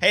Hey,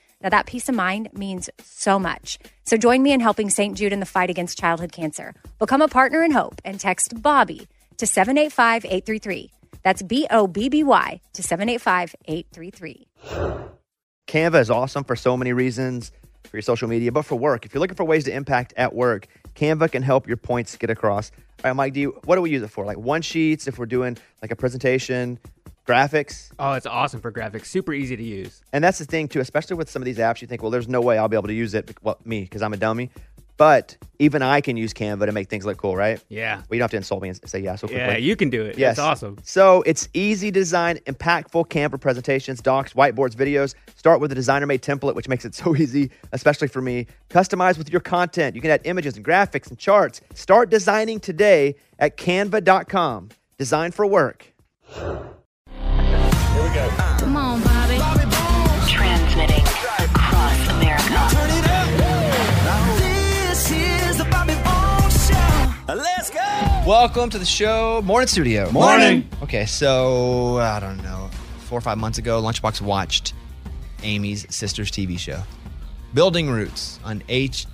Now, that peace of mind means so much. So, join me in helping St. Jude in the fight against childhood cancer. Become a partner in hope and text Bobby to 785 833. That's B O B B Y to 785 833. Canva is awesome for so many reasons for your social media, but for work, if you're looking for ways to impact at work, Canva can help your points get across. All right, Mike, do you, what do we use it for? Like one sheets, if we're doing like a presentation, graphics. Oh, it's awesome for graphics. Super easy to use. And that's the thing too, especially with some of these apps. You think, well, there's no way I'll be able to use it. Well, me, because I'm a dummy. But even I can use Canva to make things look cool, right? Yeah. Well, you don't have to insult me and say yeah so quickly. Yeah, you can do it. Yes. It's awesome. So it's easy to design impactful Canva presentations, docs, whiteboards, videos. Start with a designer made template, which makes it so easy, especially for me. Customize with your content. You can add images and graphics and charts. Start designing today at canva.com. Design for work. Come on, Bobby. Transmitting across America. Turn it up. This is the Bobby Bones Show. Let's go. Welcome to the show, Morning Studio. Morning. Okay, so I don't know, four or five months ago, Lunchbox watched Amy's sister's TV show, Building Roots on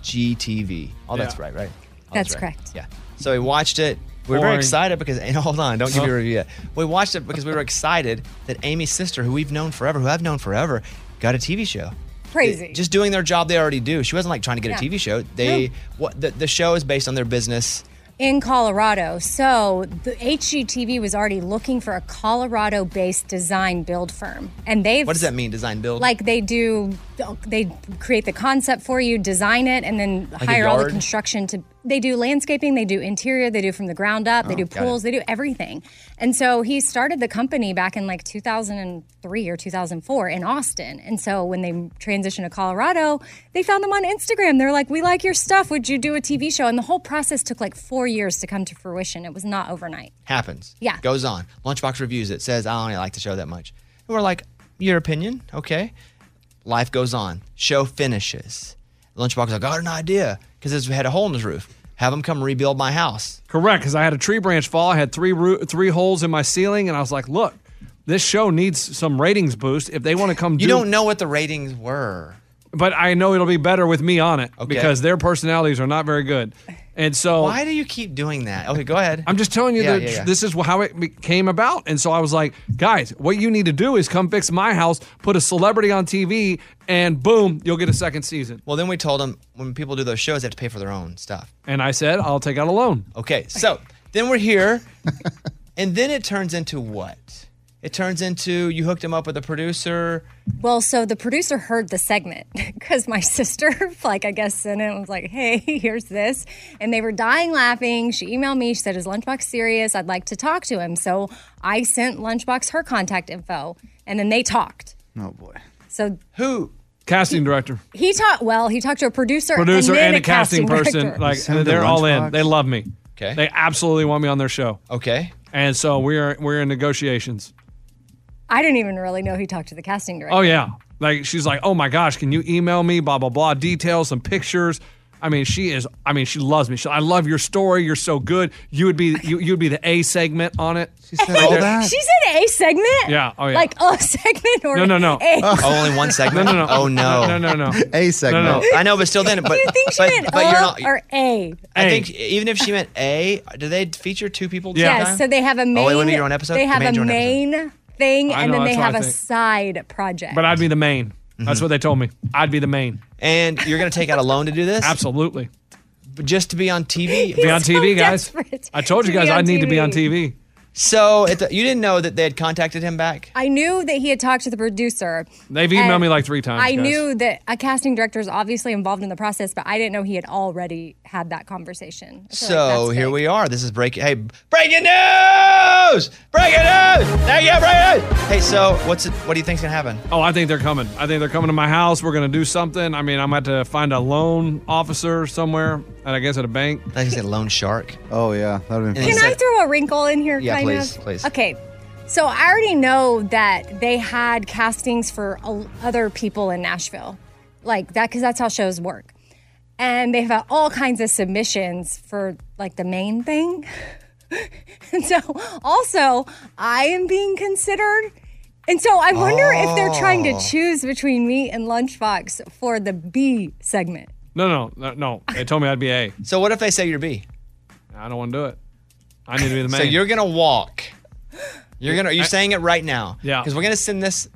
HGTV. Oh, that's Yeah. right, right? Oh, That's right. correct. Yeah. So we watched it. We were very Boring. excited because, and hold on, don't give me a review yet. We watched it because we were excited that Amy's sister, who we've known forever, who I've known forever, got a TV show. Crazy. Just doing their job they already do. She wasn't like trying to get Yeah. a TV show. They what the, the show is based on their business. in Colorado. So the HGTV was already looking for a Colorado based design build firm. And they've What does that mean? Design build. like they do they create the concept for you design it and then hire all the yard? construction to they do landscaping they do interior they do from the ground up they do Oh, it. pools they do everything and so he started the company back in like 2003 or 2004 in austin and so when they transitioned to colorado they found them on instagram they're like we like your stuff would you do a tv show and the whole process took like four years to come to fruition it was not overnight happens. Yeah. Goes on. Lunchbox reviews it, says, I don't really like the show that much. And we're like, your opinion? Okay. Life goes on. Show finishes. Lunchbox is like, I got an idea. Because he had a hole in his roof. Have him come rebuild my house. Correct, because I had a tree branch fall. I had three roo- three holes in my ceiling, and I was like, "Look, this show needs some ratings boost. If they want to come, You do, don't know what the ratings were. But I know it'll be better with me on it Okay. because their personalities are not very good, and so Why do you keep doing that? Okay, go ahead. I'm just telling you Yeah, that yeah, yeah. this is how it be- came about. And so I was like, guys, what you need to do is come fix my house, put a celebrity on TV, and boom, you'll get a second season. well, then we told him when people do those shows, they have to pay for their own stuff. And I said, I'll take out a loan. Okay, so then we're here, and then it turns into what? It turns into you hooked him up with a producer. Well, so the producer heard the segment because my sister, like, I guess, sent it and was like, hey, here's this. And they were dying laughing. She emailed me. She said, is Lunchbox serious? I'd like to talk to him. So I sent Lunchbox her contact info and then they talked. Oh boy. So Who? Casting director, he talked, well, he talked to a producer, producer, and, then and a casting, person. director. Like Send him to they're all in. Lunchbox. They love me. Okay. They absolutely want me on their show. Okay. And so we are we're in negotiations. I didn't even really know he talked to the casting director. Oh yeah. Like she's like, "Oh my gosh, can you email me blah blah blah details, some pictures?" I mean, she is. I mean, she loves me. She, I love your story. You're so good. You would be. You, you'd be the A segment on it. She said She's in a segment. Yeah, oh, yeah. Like a segment or No, no, no. A. Oh, Only one segment. No, no, no. Oh no. No, no, no. A segment. No, no. I know, but still, then, but you think she but, meant oh? but a you're not. Uh, or a? I A. think even if she meant A, do they feature two people? at the Yeah. same Yes. time? Oh, So they have a main. wait, wouldn't it be your own episode? They have Command a your own main thing, I and know, then they that's what have I a think. side project. But I'd be the main. That's what they told me. I'd be the main. Mm-hmm. And you're going to take out a loan to do this? Absolutely. Just to be on TV? Be on so TV, guys. desperate I told you to be guys on I need to be on TV. TV. so at the, you didn't know that they had contacted him back? I knew that he had talked to the producer. They've emailed and me like three times, I guys. knew that a casting director is obviously involved in the process, but I didn't know he had already had that conversation. I feel like So that's here big. we are. This is breaking. Hey, breaking news! Breaking news! There you go, breaking news! Hey, so what's it, what do you think's going to happen? Oh, I think they're coming. I think they're coming to my house. We're gonna do something. I mean, I'm about to find a loan officer somewhere, and I guess at a bank. I think he said loan shark. Oh yeah, that would have been. And Fun. Can Instead- I throw a wrinkle in here? Yeah, kind please, of? please. Okay. So I already know that they had castings for o- other people in Nashville, like that, because that's how shows work. And they've had all kinds of submissions for like the main thing. and so also, I am being considered. And so I wonder if they're trying Oh. to choose between me and Lunchbox for the B segment. No, no, no, no. They told me I'd be A. So what if they say you're B? I don't want to do it. I need to be the main. So you're going to walk. You're going to, you're saying it right now. Yeah. Because we're going to send this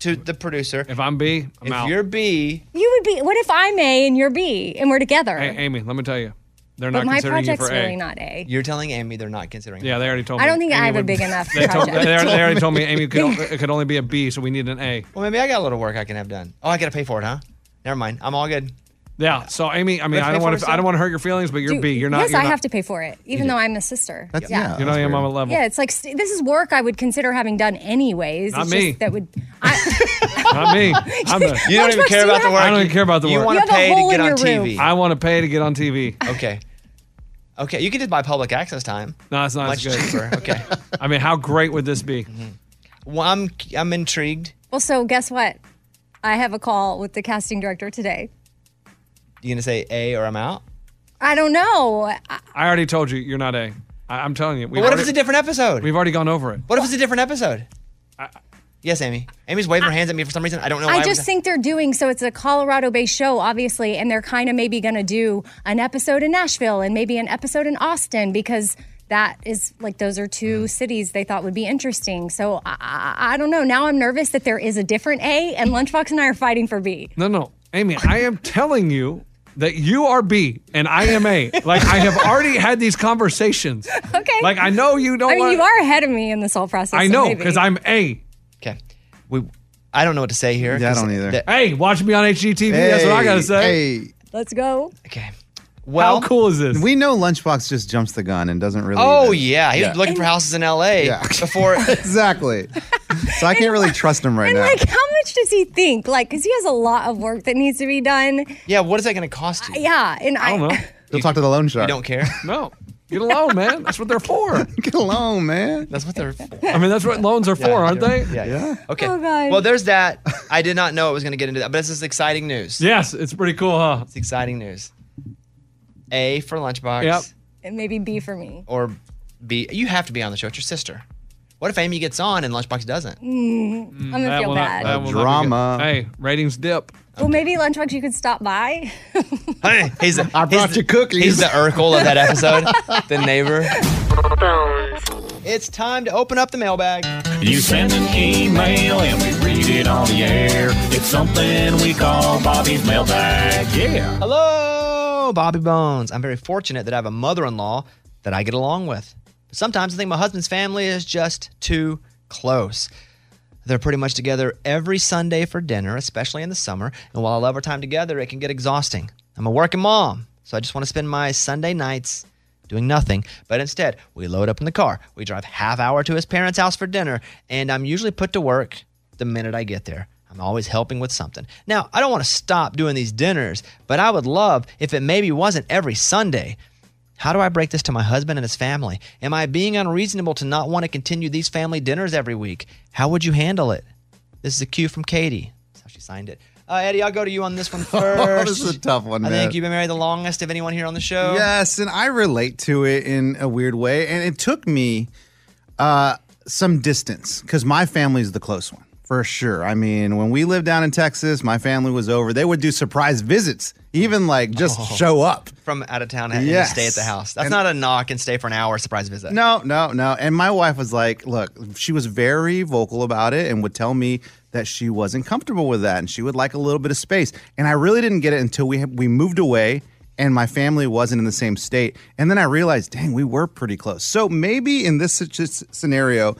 to the producer. if I'm B, I'm if out. you're B, You would be, what if I'm A and you're B and we're together? hey, Amy, let me tell you, they're but not my considering you project's for really A. not A. you're telling Amy they're not considering Yeah, they already told me. I don't think I Amy have a would- big enough They, told, they, project. already- they already told me Amy could, only- it could only be a B, so we need an A. Well, maybe I got a little work I can have done. Oh, I got to pay for it, huh? Never mind. I'm all good. Yeah. So Amy, I mean, Let's I pay don't for want it, to. I son. don't want to hurt your feelings, but you're Dude, B. You're not. Yes, you're I not, have to pay for it, even though I'm a sister. That's, yeah. yeah. You're not that's even on my weird. level. Yeah, it's like st- this is work I would consider having done anyways. Not it's me. Just that would. I, Not me. I'm a, You don't even Lunchbox, care do about the have- work. I don't even care about the you work. want You to have a pay to hole get in on your TV. I want to pay to get on TV. Okay. Okay. You can just buy public access time. No, it's not Much as good. cheaper. Okay. Mm-hmm. I mean, how great would this be? Well, I'm I'm intrigued. well, so guess what? I have a call with the casting director today. You gonna say A or I'm out? I don't know. I, I already told you, you're not A. I, I'm telling you. We've, But what if already, it's a different episode? we've already gone over it. What if it's a different episode? Yes, Amy. Amy's waving her hands at me for some reason. I don't know. why I just think they're doing so. It's a Colorado-based show, obviously, and they're kind of maybe going to do an episode in Nashville and maybe an episode in Austin because that is like those are two Mm. cities they thought would be interesting. So I, I, I don't know. Now I'm nervous that there is a different A, and Lunchbox and I are fighting for B. No, no. Amy, I am telling you that you are B and I am A. Like, I have already had these conversations. Okay. Like, I know you don't I mean, want you are ahead of me in this whole process. I so know, maybe. because I'm A. Okay. We. I don't know what to say here. Yeah, I 'cause don't either. the- Hey, watch me on HGTV. That's what I got to say. Hey, Let's go. okay. How Well. cool is this? we know Lunchbox just jumps the gun and doesn't really. Oh even- yeah, he was looking for houses in L.A. Yeah. before. exactly. so I can't really trust him right And now. like, how much does he think? Like, because he has a lot of work that needs to be done. Uh, yeah. What is that gonna cost you? Yeah, and I, I don't know. He'll talk to the loan shark. You don't care. No. Get a loan, man. That's what they're for. Get a loan, man. That's what they're for. I mean, that's what loans are for, aren't they? Yeah. Yeah. Okay. Oh, God. Well, there's that. I did not know it was going to get into that, but this is exciting news. Yes, it's pretty cool, huh? It's exciting news. A for lunchbox. Yep. and maybe B for me. Or B. You have to be on the show. It's your sister. What if Amy gets on and lunchbox doesn't? Mm, I'm Mm, gonna That feel will not- bad. that will not be good. Drama. Hey, ratings dip. Well, maybe Lunchbox, you could stop by. Hey, he's the, I brought you cookies. He's the Urkel of that episode. the neighbor. Bones. It's time to open up the mailbag. You send an email and we read it on the air. It's something we call Bobby's mailbag. Yeah. Hello, Bobby Bones. I'm very fortunate that I have a mother-in-law that I get along with. But sometimes I think my husband's family is just too close. They're pretty much together every Sunday for dinner, especially in the summer. And while I love our time together, it can get exhausting. I'm a working mom, so I just want to spend my Sunday nights doing nothing. But instead, we load up in the car. We drive half hour to his parents' house for dinner, and I'm usually put to work the minute I get there. I'm always helping with something. Now, I don't want to stop doing these dinners, but I would love if it maybe wasn't every Sunday. How do I break this to my husband and his family? Am I being unreasonable to not want to continue these family dinners every week? How would you handle it? This is a cue from Katie. That's how she signed it. Uh, Eddie, I'll go to you on this one first. this is a tough one, I man. think you've been married the longest of anyone here on the show. Yes, and I relate to it in a weird way. And it took me uh, some distance because my family's the close one for sure. I mean, when we lived down in Texas, my family was over. They would do surprise visits, even like Oh. just show up. From out of town and Yes. stay at the house. That's And- not a knock and stay for an hour surprise visit. No, no, no. And my wife was like, look, she was very vocal about it and would tell me that she wasn't comfortable with that and she would like a little bit of space. And I really didn't get it until we we moved away and my family wasn't in the same state. And then I realized, dang, we were pretty close. So maybe in this situ- scenario,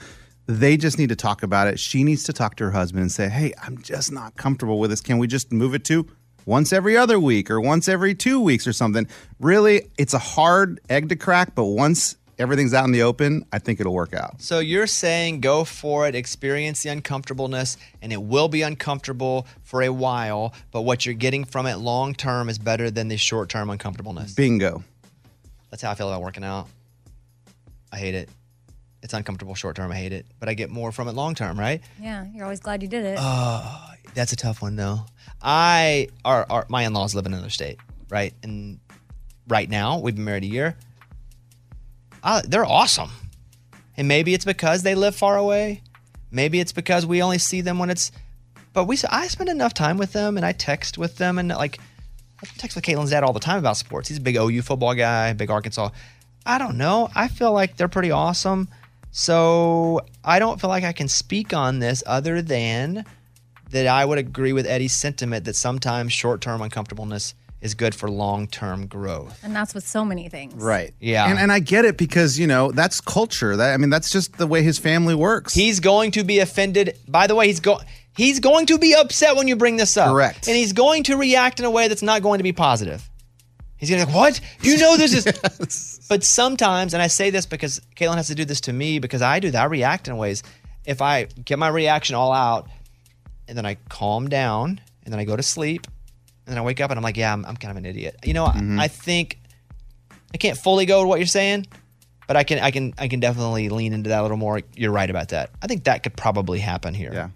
they just need to talk about it. She needs to talk to her husband and say, hey, I'm just not comfortable with this. Can we just move it to once every other week or once every two weeks or something. Really, it's a hard egg to crack, but once everything's out in the open, I think it'll work out. So you're saying go for it, experience the uncomfortableness, and it will be uncomfortable for a while, but what you're getting from it long term is better than the short term uncomfortableness. Bingo. That's how I feel about working out. I hate it. It's uncomfortable short term. I hate it, but I get more from it long term, right? Yeah, you're always glad you did it. Oh, that's a tough one though. I are, are my in-laws live in another state, right? And right now we've been married a year. I, they're awesome, and maybe it's because they live far away. Maybe it's because we only see them when it's. But we I spend enough time with them, and I text with them, and like I text with Caitlin's dad all the time about sports. He's a big OU football guy, big Arkansas. I don't know. I feel like they're pretty awesome. So I don't feel like I can speak on this other than that I would agree with Eddie's sentiment that sometimes short term uncomfortableness is good for long term growth. and that's with so many things. Right. Yeah. And, and I get it because, you know, that's culture. That I mean, that's just the way his family works. He's going to be offended. By the way, he's going. He's going to be upset when you bring this up. Correct. And he's going to react in a way that's not going to be positive. He's going to be like, what? You know this is. But sometimes, and I say this because Caitlin has to do this to me because I do that. I react in ways. If I get my reaction all out and then I calm down and then I go to sleep and then I wake up and I'm like, yeah, I'm, I'm kind of an idiot. You know, I- I, think I can't fully go with what you're saying, but I can, I can, I can definitely lean into that a little more. You're right about that. I think that could probably happen here. Yeah.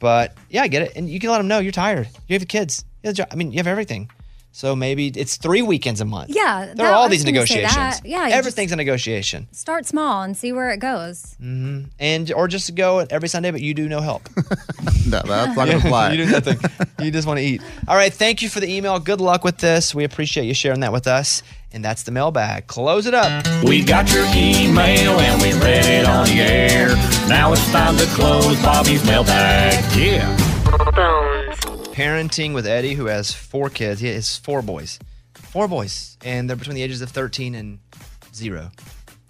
But yeah, I get it. And you can let them know you're tired. You have kids. You have a job. I mean, you have everything. So maybe it's three weekends a month. Yeah, There that- are I all was these gonna say negotiations. that. Yeah, you Everything's a negotiation. Start small and see where it goes. hmm And or just go every Sunday, but you do no help. no, that's not gonna fly. you do nothing. you just want to eat. All right. Thank you for the email. Good luck with this. We appreciate you sharing that with us. And that's the mailbag. Close it up. We got your email and we read it on the air. Now it's time to close Bobby's mailbag. Yeah. Parenting with Eddie, who has four kids. He has four boys. Four boys, and they're between the ages of thirteen and zero.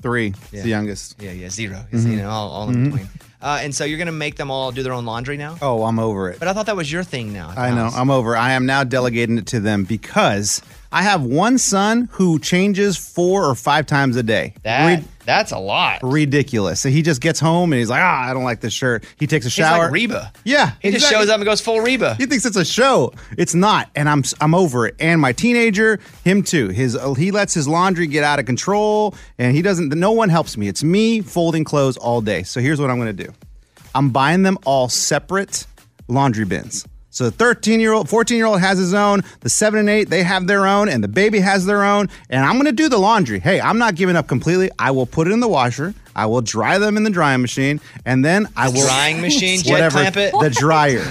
Three. Yeah. It's the youngest. Yeah, yeah, zero. It's, You Mhm. know, all, all in Mhm. between. Uh, and so you're gonna make them all do their own laundry now. Oh, I'm over it. But I thought that was your thing now. I know. I'm over. I am now delegating it to them because I have one son who changes four or five times a day. That, that's a lot. Ridiculous. So he just gets home and he's like, ah, I don't like this shirt. He takes a He's like shower. Reba. Yeah. He just shows up and goes full Reba. He thinks it's a show. It's not, and I'm I'm over it. And my teenager, him too. His uh, he lets his laundry get out of control, and he doesn't. No one helps me. It's me folding clothes all day. So here's what I'm gonna do. I'm buying them all separate laundry bins. So the 13 year old, 14 year old has his own. The seven and eight they have their own, and the baby has their own. And I'm gonna do the laundry. Hey, I'm not giving up completely. I will put it in the washer. I will dry them in the drying machine, and then I will Drying machine, jet whatever clamp it? the dryer.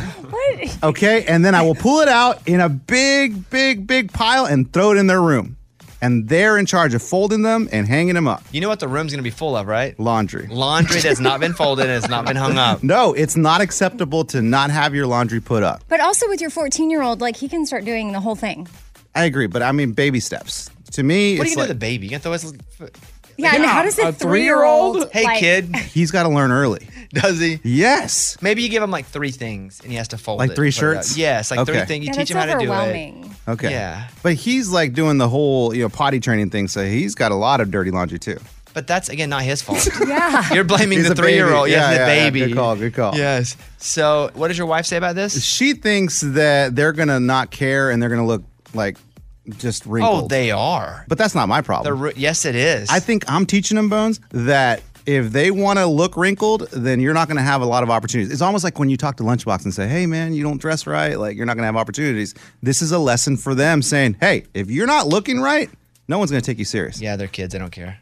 Okay, and then I will pull it out in a big, big, big pile and throw it in their room. And they're in charge of folding them and hanging them up. You know what the room's gonna be full of, right? Laundry. Laundry that's not been folded and has not been hung up. No, it's not acceptable to not have your laundry put up. But also with your 14 year old, like he can start doing the whole thing. I agree, but I mean baby steps. To me, What are it's you gonna like, do to the baby? You gonna throw his Yeah, and how does a three-year-old, Hey, like- kid. He's got to learn early. Does he? Yes. Maybe you give him like three things and he has to fold Like it, three put it out. shirts? Yes, like three Okay. things. You Yeah, teach him that's how to do it. overwhelming. Okay. Yeah. But he's like doing the whole, you know, potty training thing, so he's got a lot of dirty laundry too. But that's again not his fault. yeah. You're blaming He's the a baby. three year old. Yeah, Yes, the yeah, yeah. baby. Good call, good call. Yes. So what does your wife say about this? She thinks that they're going to not care and they're going to look like just wrinkled. Oh, they are. But that's not my problem. The ru- yes, it is. I think I'm teaching them bones that if they want to look wrinkled, then you're not going to have a lot of opportunities. It's almost like when you talk to Lunchbox and say, "Hey, man, you don't dress right. Like you're not going to have opportunities." This is a lesson for them, saying, "Hey, if you're not looking right, no one's going to take you serious." Yeah, they're kids. They don't care.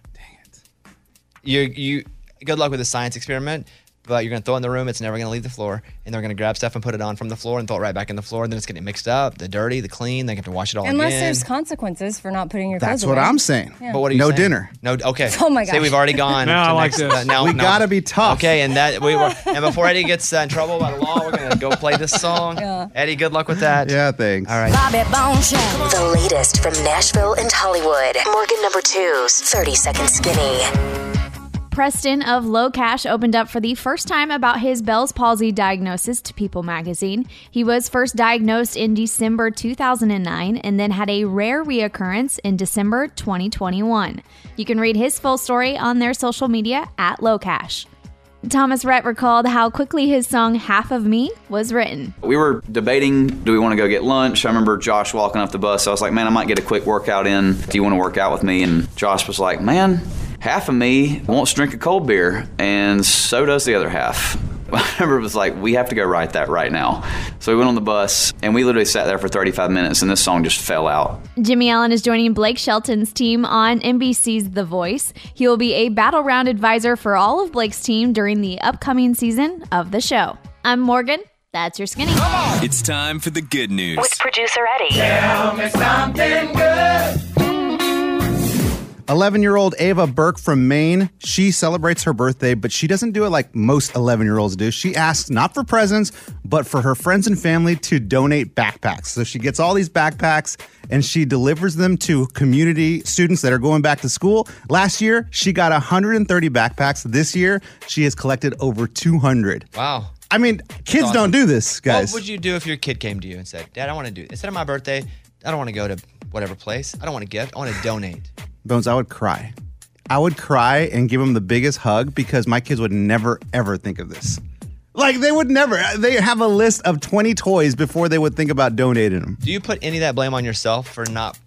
you you good luck with the science experiment but you're going to throw it in the room it's never going to leave the floor and they're going to grab stuff and put it on from the floor and throw it right back in the floor and then it's going to get mixed up the dirty the clean they have to wash it all Unless again there's consequences for not putting your clothes That's what away. I'm saying. Yeah. but what are you No saying? dinner. no okay Oh my say gosh. we've already gone No, to I next- like this. uh, now We now- gotta be tough. okay and that we were and before Eddie gets uh, in trouble by the law we're going to go play this song Eddie good luck with that yeah thanks all right Bobby Bones Show. The latest from Nashville and Hollywood. Morgan number two's 30 Second Skinny. Preston of Low Cash opened up for the first time about his Bell's palsy diagnosis to People magazine. He was first diagnosed in December 2009 and then had a rare reoccurrence in December 2021. You can read his full story on their social media at Low Cash. Thomas Rhett recalled how quickly his song Half of Me was written. We were debating, do we want to go get lunch? I remember Josh walking off the bus. I was like, man, I might get a quick workout in. Do you want to work out with me? And Josh was like, man, half of me wants to drink a cold beer, and so does the other half. I remember it was like, we have to go write that right now. So we went on the bus, and we literally sat there for 35 minutes, and this song just fell out. Jimmy Allen is joining Blake Shelton's team on NBC's The Voice. He will be a battle round advisor for all of Blake's team during the upcoming season of the show. I'm Morgan. That's your skinny. It's time for the good news. With producer Eddie. Tell me something good. 11 year old Ava Burke from Maine, she celebrates her birthday, but she doesn't do it like most 11 year olds do. She asks not for presents, but for her friends and family to donate backpacks. So she gets all these backpacks and she delivers them to community students that are going back to school. Last year, she got 130 backpacks. This year, she has collected over 200. wow I mean, kids awesome. don't do this, guys. What would you do if your kid came to you and said, Dad, I want to do instead of my birthday, I don't want to go to whatever place. I don't want to gift. I want to donate. Bones, I would cry. I would cry and give them the biggest hug because my kids would never, ever think of this. Like, they would never. uh, They have a list of 20 toys before they would think about donating them. Do you put any of that blame on yourself for not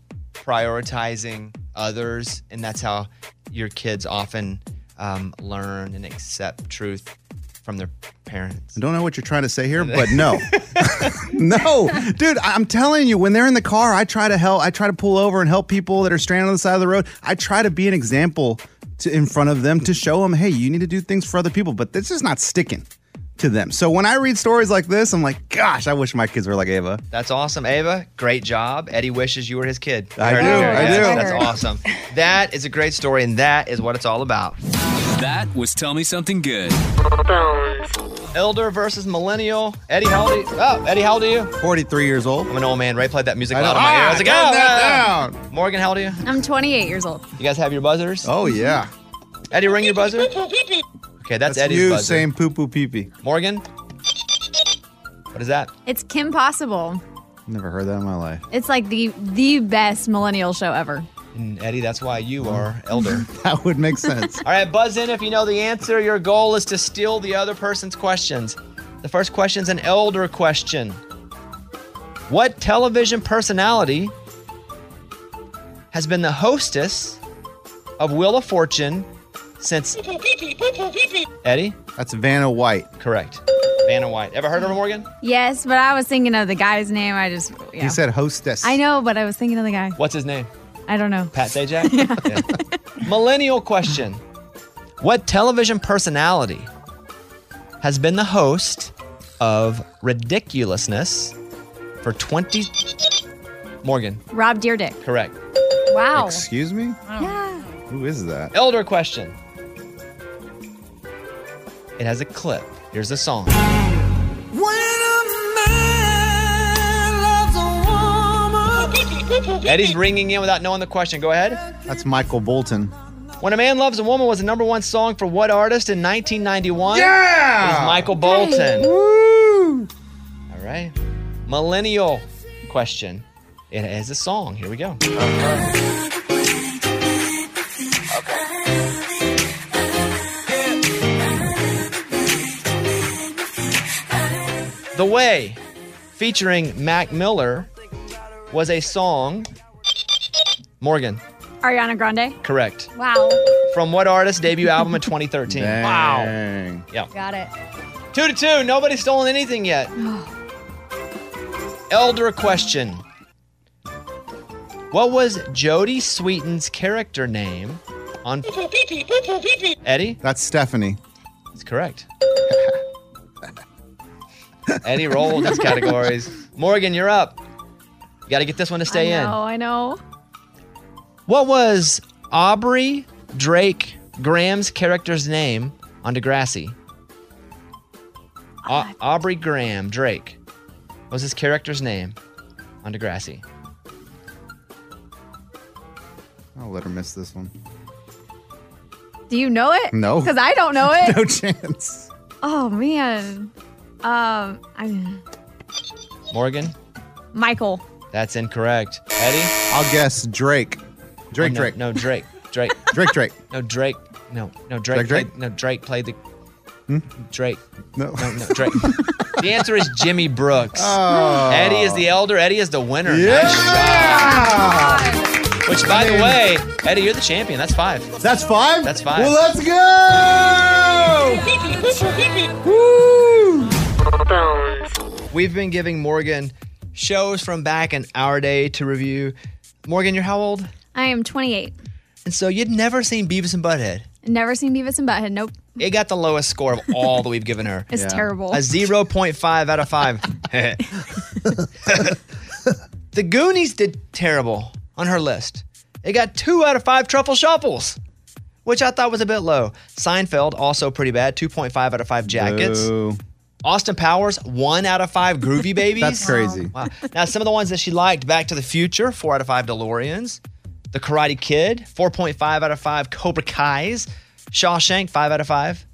prioritizing others? And that's how your kids often um, learn and accept truth from their parents. I don't know what you're trying to say here, but no. no. Dude, I- I'm telling you, when they're in the car, I try to help. I try to pull over and help people that are stranded on the side of the road. I try to be an example to, in front of them to show them, hey, you need to do things for other people, but this is not sticking to them. So when I read stories like this, I'm like, gosh, I wish my kids were like Ava. That's awesome, Ava. Great job. Eddie wishes you were his kid. You I heard it do, here. I Yes, do. That's awesome. That is a great story, and that is what it's all about. That was Tell Me Something Good. Elder versus millennial. Eddie, how old are you? Oh, Eddie, how old are you? 43 years old. I'm an old man. Ray played that music I know. loud in my ear. I Ah, was like, turn oh, that down. Morgan, how old are you? I'm 28 years old. You guys have your buzzers? Oh, yeah. Eddie, ring your buzzer. Okay, that's, Eddie's you buzzer. saying poo poo pee pee. Morgan? What is that? It's Kim Possible. Never heard that in my life. It's like the the best millennial show ever. And Mm, Eddie, that's why you are elder. that would make sense. All right, buzz in if you know the answer. Your goal is to steal the other person's questions. The first question's an elder question. What television personality has been the hostess of Wheel of Fortune since Eddie? That's Vanna White. Correct. Vanna White. Ever heard of her, Morgan? Yes, but I was thinking of the guy's name. I just yeah. He said hostess. I know, but I was thinking of the guy. What's his name? I don't know. Pat Sajak? Yeah. Millennial question. What television personality has been the host of Ridiculousness for 20 Morgan, Rob Deerdick. correct. Wow. Excuse me? Yeah. Who is that? Elder question. It has a clip. Here's the song. When a man loves a woman. Eddie's ringing in without knowing the question. Go ahead. That's Michael Bolton. When a Man Loves a Woman was the number one song for what artist in 1991? Yeah! It was Michael Bolton. Woo! All right. Millennial question. It is a song. Here we go. The Way, featuring Mac Miller, was a song. Morgan, Ariana Grande. correct. Wow. From what artist debut album in 2013? Wow. Yeah. Got it. Two to two. Nobody's stolen anything yet. Elder question. What was Jodie Sweeten's character name on Eddie? That's Stephanie. That's correct. Eddie rolled his categories. Morgan, you're up. You got to get this one to stay I in. know, I know. What was Aubrey Drake Graham's character's name on Degrassi? Au- Aubrey Graham Drake. What was his character's name on Degrassi? I'll let her miss this one. Do you know it? No. Because I don't know it. no chance. Oh man. Um, I'm Morgan, Michael. that's incorrect. Eddie? I'll guess Drake. Drake, Oh, no, Drake. No, Drake. Drake. Drake, Drake. No, Drake. No, no, Drake. Drake, Drake? played- no, Drake played the. Hmm? Drake. No. No, no, Drake. the answer is Jimmy Brooks. Oh. Eddie is the elder. Eddie is the winner. Yeah. Nice job. Which, by the way, Eddie, you're the champion. That's five. That's five? That's five. Well, let's go! Woo! We've been giving Morgan shows from back in our day to review. Morgan, you're how old? I am 28. And so you'd never seen Beavis and Butthead. Never seen Beavis and Butthead. Nope. It got the lowest score of all that we've given her. It's Yeah. terrible. A 0.5 out of 5. the Goonies did terrible on her list. It got 2 out of 5 truffle shuffles, which I thought was a bit low. Seinfeld, also pretty bad, 2.5 out of 5 jackets. Boo. Austin Powers, 1 out of 5 groovy babies. That's crazy. Wow. Now, some of the ones that she liked Back to the Future, 4 out of 5 DeLoreans. The Karate Kid, 4.5 out of 5 Cobra Kai's. Shawshank, 5 out of 5.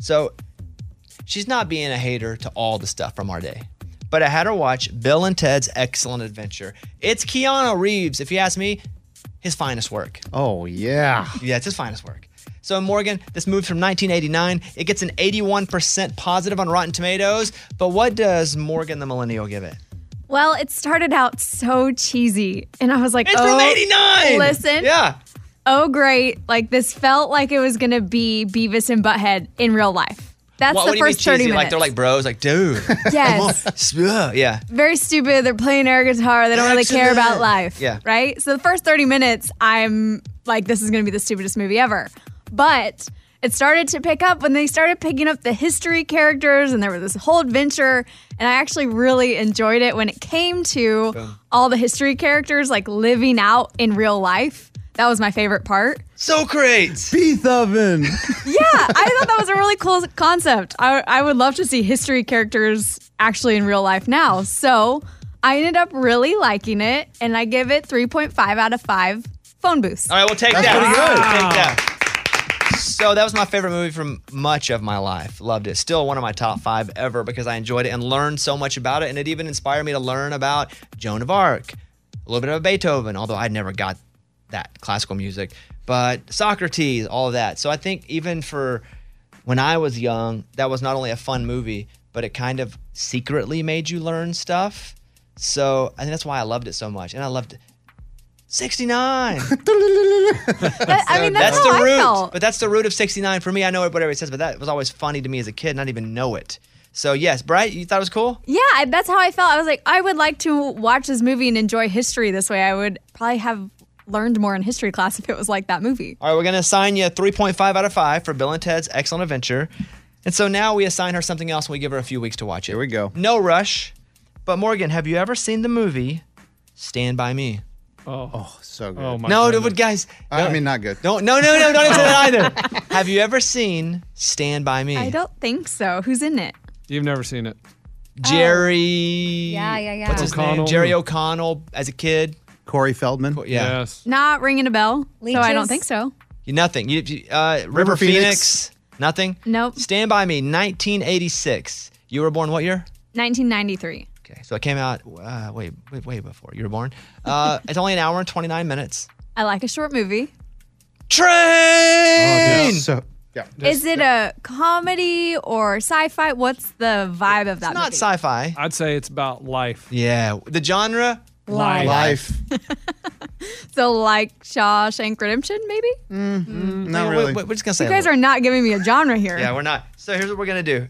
So she's not being a hater to all the stuff from our day. But I had her watch Bill and Ted's Excellent Adventure. It's Keanu Reeves, if you ask me, his finest work. Oh, yeah. Yeah, it's his finest work. So, Morgan, this moved from 1989. It gets an 81% positive on Rotten Tomatoes. But what does Morgan the Millennial give it? Well, it started out so cheesy, and I was like, It's oh, from 89! Listen, Yeah. oh great, like this felt like it was gonna be Beavis and Butthead in real life. That's what, the what do you mean first 30 cheesy? minutes. Like, they're like bros, like, dude. Yes. yeah. Yeah. very stupid. They're playing air guitar. They don't really care about Excellent. life. Yeah. Right? So the first 30 minutes, I'm like, this is going to be the stupidest movie ever. But it started to pick up when they started picking up the history characters and there was this whole adventure. And I actually really enjoyed it when it came to all the history characters like living out in real life. That was my favorite part. So great. Beethoven. Yeah, I thought that was a really cool concept. I, I would love to see history characters actually in real life now. So I ended up really liking it, and I give it 3.5 out of 5 phone booths. All right, we'll take That's that. pretty good. We'll take that. So that was my favorite movie from much of my life. Loved it. Still one of my top five ever because I enjoyed it and learned so much about it. And it even inspired me to learn about Joan of Arc, a little bit of Beethoven, although I never got that classical music, but Socrates, all of that. So I think even for when I was young, that was not only a fun movie, but it kind of secretly made you learn stuff. So I think that's why I loved it so much. And I loved 69. I mean, that's, the how I root. felt. But that's the root of 69 for me. I know everybody always says, but that was always funny to me as a kid, not even know it. So yes, Bright, you thought it was cool? Yeah, I- that's how I felt. I was like, I would like to watch this movie and enjoy history this way. I would probably have learned more in history class if it was like that movie. All right, we're gonna assign you a 3.5 out of 5 for Bill and Ted's Excellent Adventure. And so now we assign her something else and we give her a few weeks to watch it. Here we go. No rush. But Morgan, have you ever seen the movie Stand By Me? Oh, so good. Oh, no, no, but guys. I no. mean, not good. No, no, no, no, don't answer that either. Have you ever seen Stand By Me? I don't think so. Who's in it? You've never seen it. Jerry. Oh. Yeah, yeah, yeah. What's his name? Jerry O'Connell as a kid. Corey Feldman. yeah. Not ringing a bell. So I Leeches? don't think so. You- Nothing. You, you- uh, River, River Phoenix. Phoenix. Nothing. Nope. Stand by me. 1986. You were born what year? 1993. Okay, so it came out uh, way, way, way before you were born. Uh, it's only an hour and 29 minutes. I like a short movie. Oh, Train. so yeah. Is it a comedy or sci-fi? What's the vibe of that? not sci-fi. I'd say it's about life. Yeah. The genre Life. Life. So, like Shawshank Redemption, maybe? Mm-hmm. No, Mm, we're- really. We're, we're just gonna say. you a guys little- are not giving me a genre here. Yeah, we're not. So here's what we're gonna do.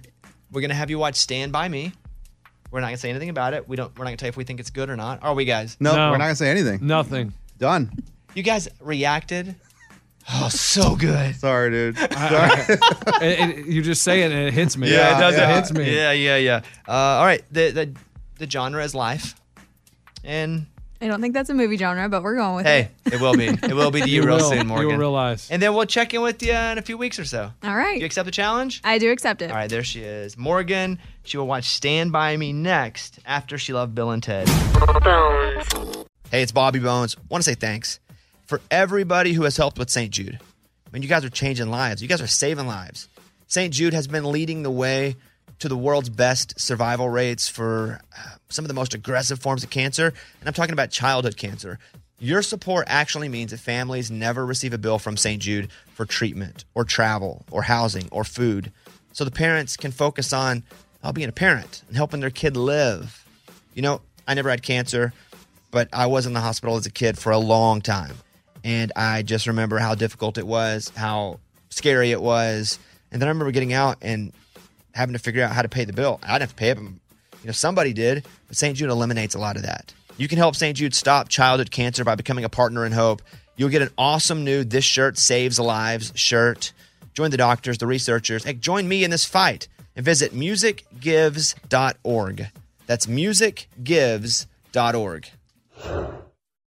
We're gonna have you watch Stand by Me. We're not gonna say anything about it. We don't. We're not gonna tell you if we think it's good or not. Are we guys? Nope, No. we're not gonna say anything. Nothing. Done. You guys reacted. Oh, so good. Sorry, dude. Sorry. It- it- you just say it and it hits me. It hits me. Yeah, yeah, yeah. Uh, all right. The, the the genre is life, and I don't think that's a movie genre, but we're going with hey, it will be. It will be to you, You real will. You soon, will Morgan. realize. And then we'll check in with you in a few weeks or so. it. All right. You accept the challenge? I do accept it. All right, there she is. Morgan, she will watch Stand By Me next after she loved Bill and Ted. Hey, it's Bobby Bones. Want to say thanks for everybody who has helped with St. Jude. I mean, you guys are changing lives, you guys are saving lives. St. Jude has been leading the way to the world's best survival rates for uh, some of the most aggressive forms of cancer. And I'm talking about childhood cancer. Your support actually means that families never receive a bill from St. Jude for treatment or travel or housing or food. So the parents can focus on uh, being a parent and helping their kid live. You know, I never had cancer, but I was in the hospital as a kid for a long time. And I just remember how difficult it was, how scary it was. And then I remember getting out and having to figure out how to pay the bill. I didn't have to pay it, but you know somebody did. But St. Jude eliminates a lot of that. You can help St. Jude stop childhood cancer by becoming a partner in hope. You'll get an awesome new "This Shirt Saves Lives" shirt. Join the doctors, the researchers, and join me in this fight. And visit musicgives.org. That's musicgives.org.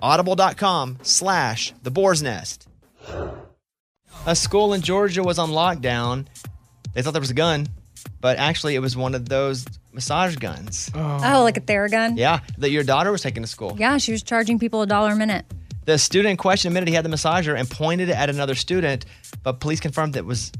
audible.com slash the boar's nest. A school in Georgia was on lockdown. They thought there was a gun, but actually it was one of those massage guns. Oh, like a Theragun? Yeah, that your daughter was taking to school. Yeah, she was charging people a dollar a minute. The student in question admitted he had the massager and pointed it at another student, but police confirmed that it was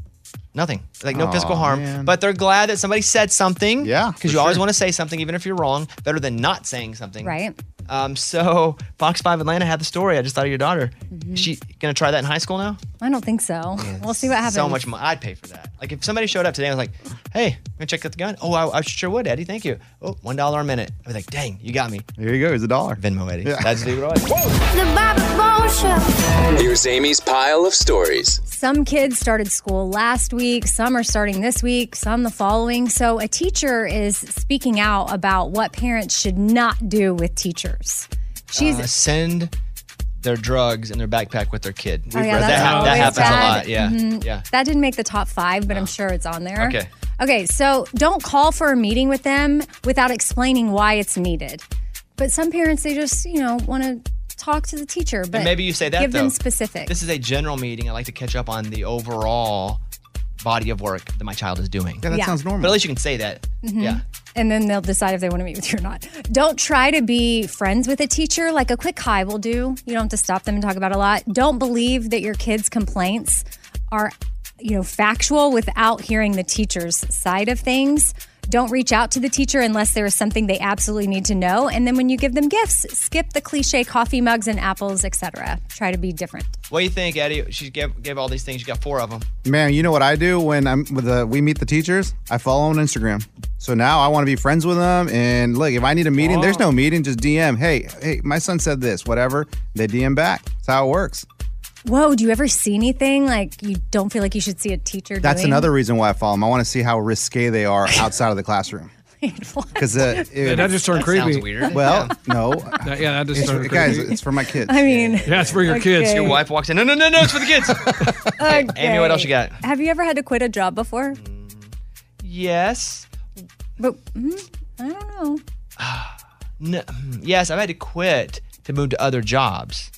nothing, like no Aw, physical harm. man. But they're glad that somebody said something. Yeah. Because you always sure. want to say something, even if you're wrong, better than not saying something. Right. Um, so Fox 5 Atlanta had the story. I just thought of your daughter. She going to try that in high school now? Mm-hmm. I don't think so. We'll see what happens. So much money. I'd pay for that. Like if somebody showed up today and was like, hey, I'm going to check out the gun. Oh, I, I sure would, Eddie. Thank you. Oh, $1 a minute. I'd be like, dang, you got me. Here you go. Here's a dollar. Venmo Eddie. That's the right. The Bobby Bones Show. Here's Amy's pile of stories. Some kids started school last week, some are starting this week, some the following. So, a teacher is speaking out about what parents should not do with teachers. She's uh, send their drugs in their backpack with their kid. Oh, yeah, that, hap- that's that always happens bad. a lot. Yeah, Mhm. yeah. That didn't make the top five, but I'm sure it's on there. Uh, Okay. Okay, so don't call for a meeting with them without explaining why it's needed. But some parents, they just, you know, want to talk to the teacher, but and maybe you say that give them though. specifics. This is a general meeting. I like to catch up on the overall body of work that my child is doing. Yeah, that Yeah. sounds normal. But at least you can say that. Mhm. Yeah. And then they'll decide if they want to meet with you or not. Don't try to be friends with a teacher. Like a quick hi will do. You don't have to stop them and talk about a lot. Don't believe that your kids' complaints are, you know, factual without hearing the teacher's side of things. Don't reach out to the teacher unless there is something they absolutely need to know. And then when you give them gifts, skip the cliche coffee mugs and apples, etc. Try to be different. What do you think, Eddie? She gave, gave all these things. You got four of them. Man, you know what I do when I'm with the we meet the teachers? I follow on Instagram. So now I want to be friends with them. And look, if I need a meeting, there's no meeting, just DM. Hey, hey, my son said this, whatever. They DM back. That's how it works. Whoa, do you ever see anything like you don't feel like you should see a teacher? That's doing? another reason why I follow them. I want to see how risque they are outside of the classroom. Because uh, Yeah, that just turned That sounds creepy. weird. Well, no. yeah, that just It's- turned guys. creepy. It's for my kids. I mean, That's for your kids. Your wife walks in. No, no, no, no. It's for the kids. Okay. Amy, what else you got? Have you ever had to quit a job before? Yes. But mm, I don't know. No. hmm, Yes, I've had to quit to move to other jobs.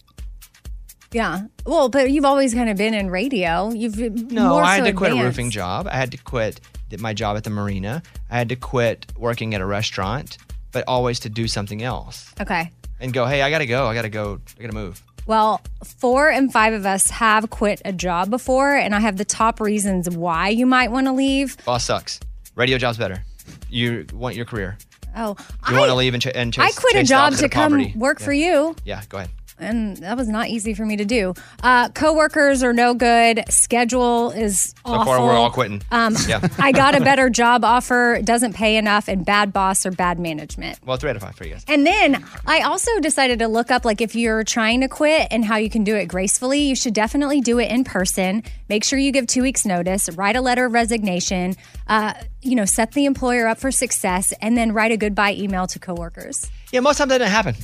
Yeah. Well, but you've always kind of been in radio. You've No, more I had so to quit a advanced. roofing job. I had to quit th- my job at the marina. I had to quit working at a restaurant, but always to do something else Okay. and go, hey, I got to go. I got to go. I got to move. Well, four and five of us have quit a job before, and I have the top reasons why you might want to leave. Boss sucks. Radio job's better. You want your career. Oh, You want to leave and, ch- and chase I quit a chase the job opposite to of come poverty. work Yeah. for you. Yeah, go ahead. and that was not easy for me to do. Uh, coworkers are no good. Schedule is So awful. far, we're all quitting. Um, Yeah. I got a better job offer, doesn't pay enough, and bad boss or bad management. Well, three out of five for you guys. And then I also decided to look up like if you're trying to quit and how you can do it gracefully, you should definitely do it in person. Make sure you give two weeks notice, write a letter of resignation, uh, you know, set the employer up for success, and then write a goodbye email to coworkers. Yeah, most times that doesn't happen.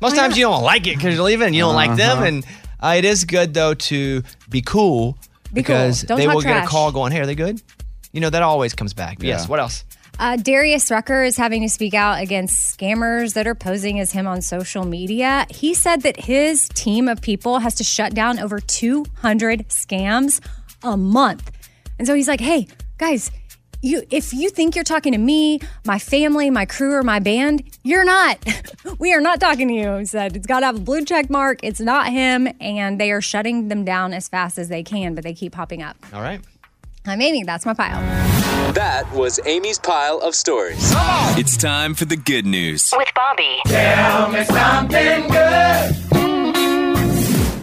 Most times you don't like it because you're leaving and you don't like them. Uh-huh. And uh, it is good, though, to be cool Be cool. because Don't they talk will get a trash. call going, hey, are they good? You know, that always comes back. But Yeah. Yes, what else? Uh, Darius Rucker is having to speak out against scammers that are posing as him on social media. He said that his team of people has to shut down over 200 scams a month. And so he's like, hey, guys, you if you think you're talking to me, my family, my crew, or my band, you're not. we are not talking to you. He said it's gotta have a blue check mark. It's not him. And they are shutting them down as fast as they can, but they keep popping up. All right. I'm Amy, that's my pile. That was Amy's pile of stories. It's time for the good news. With Bobby. Tell me something good.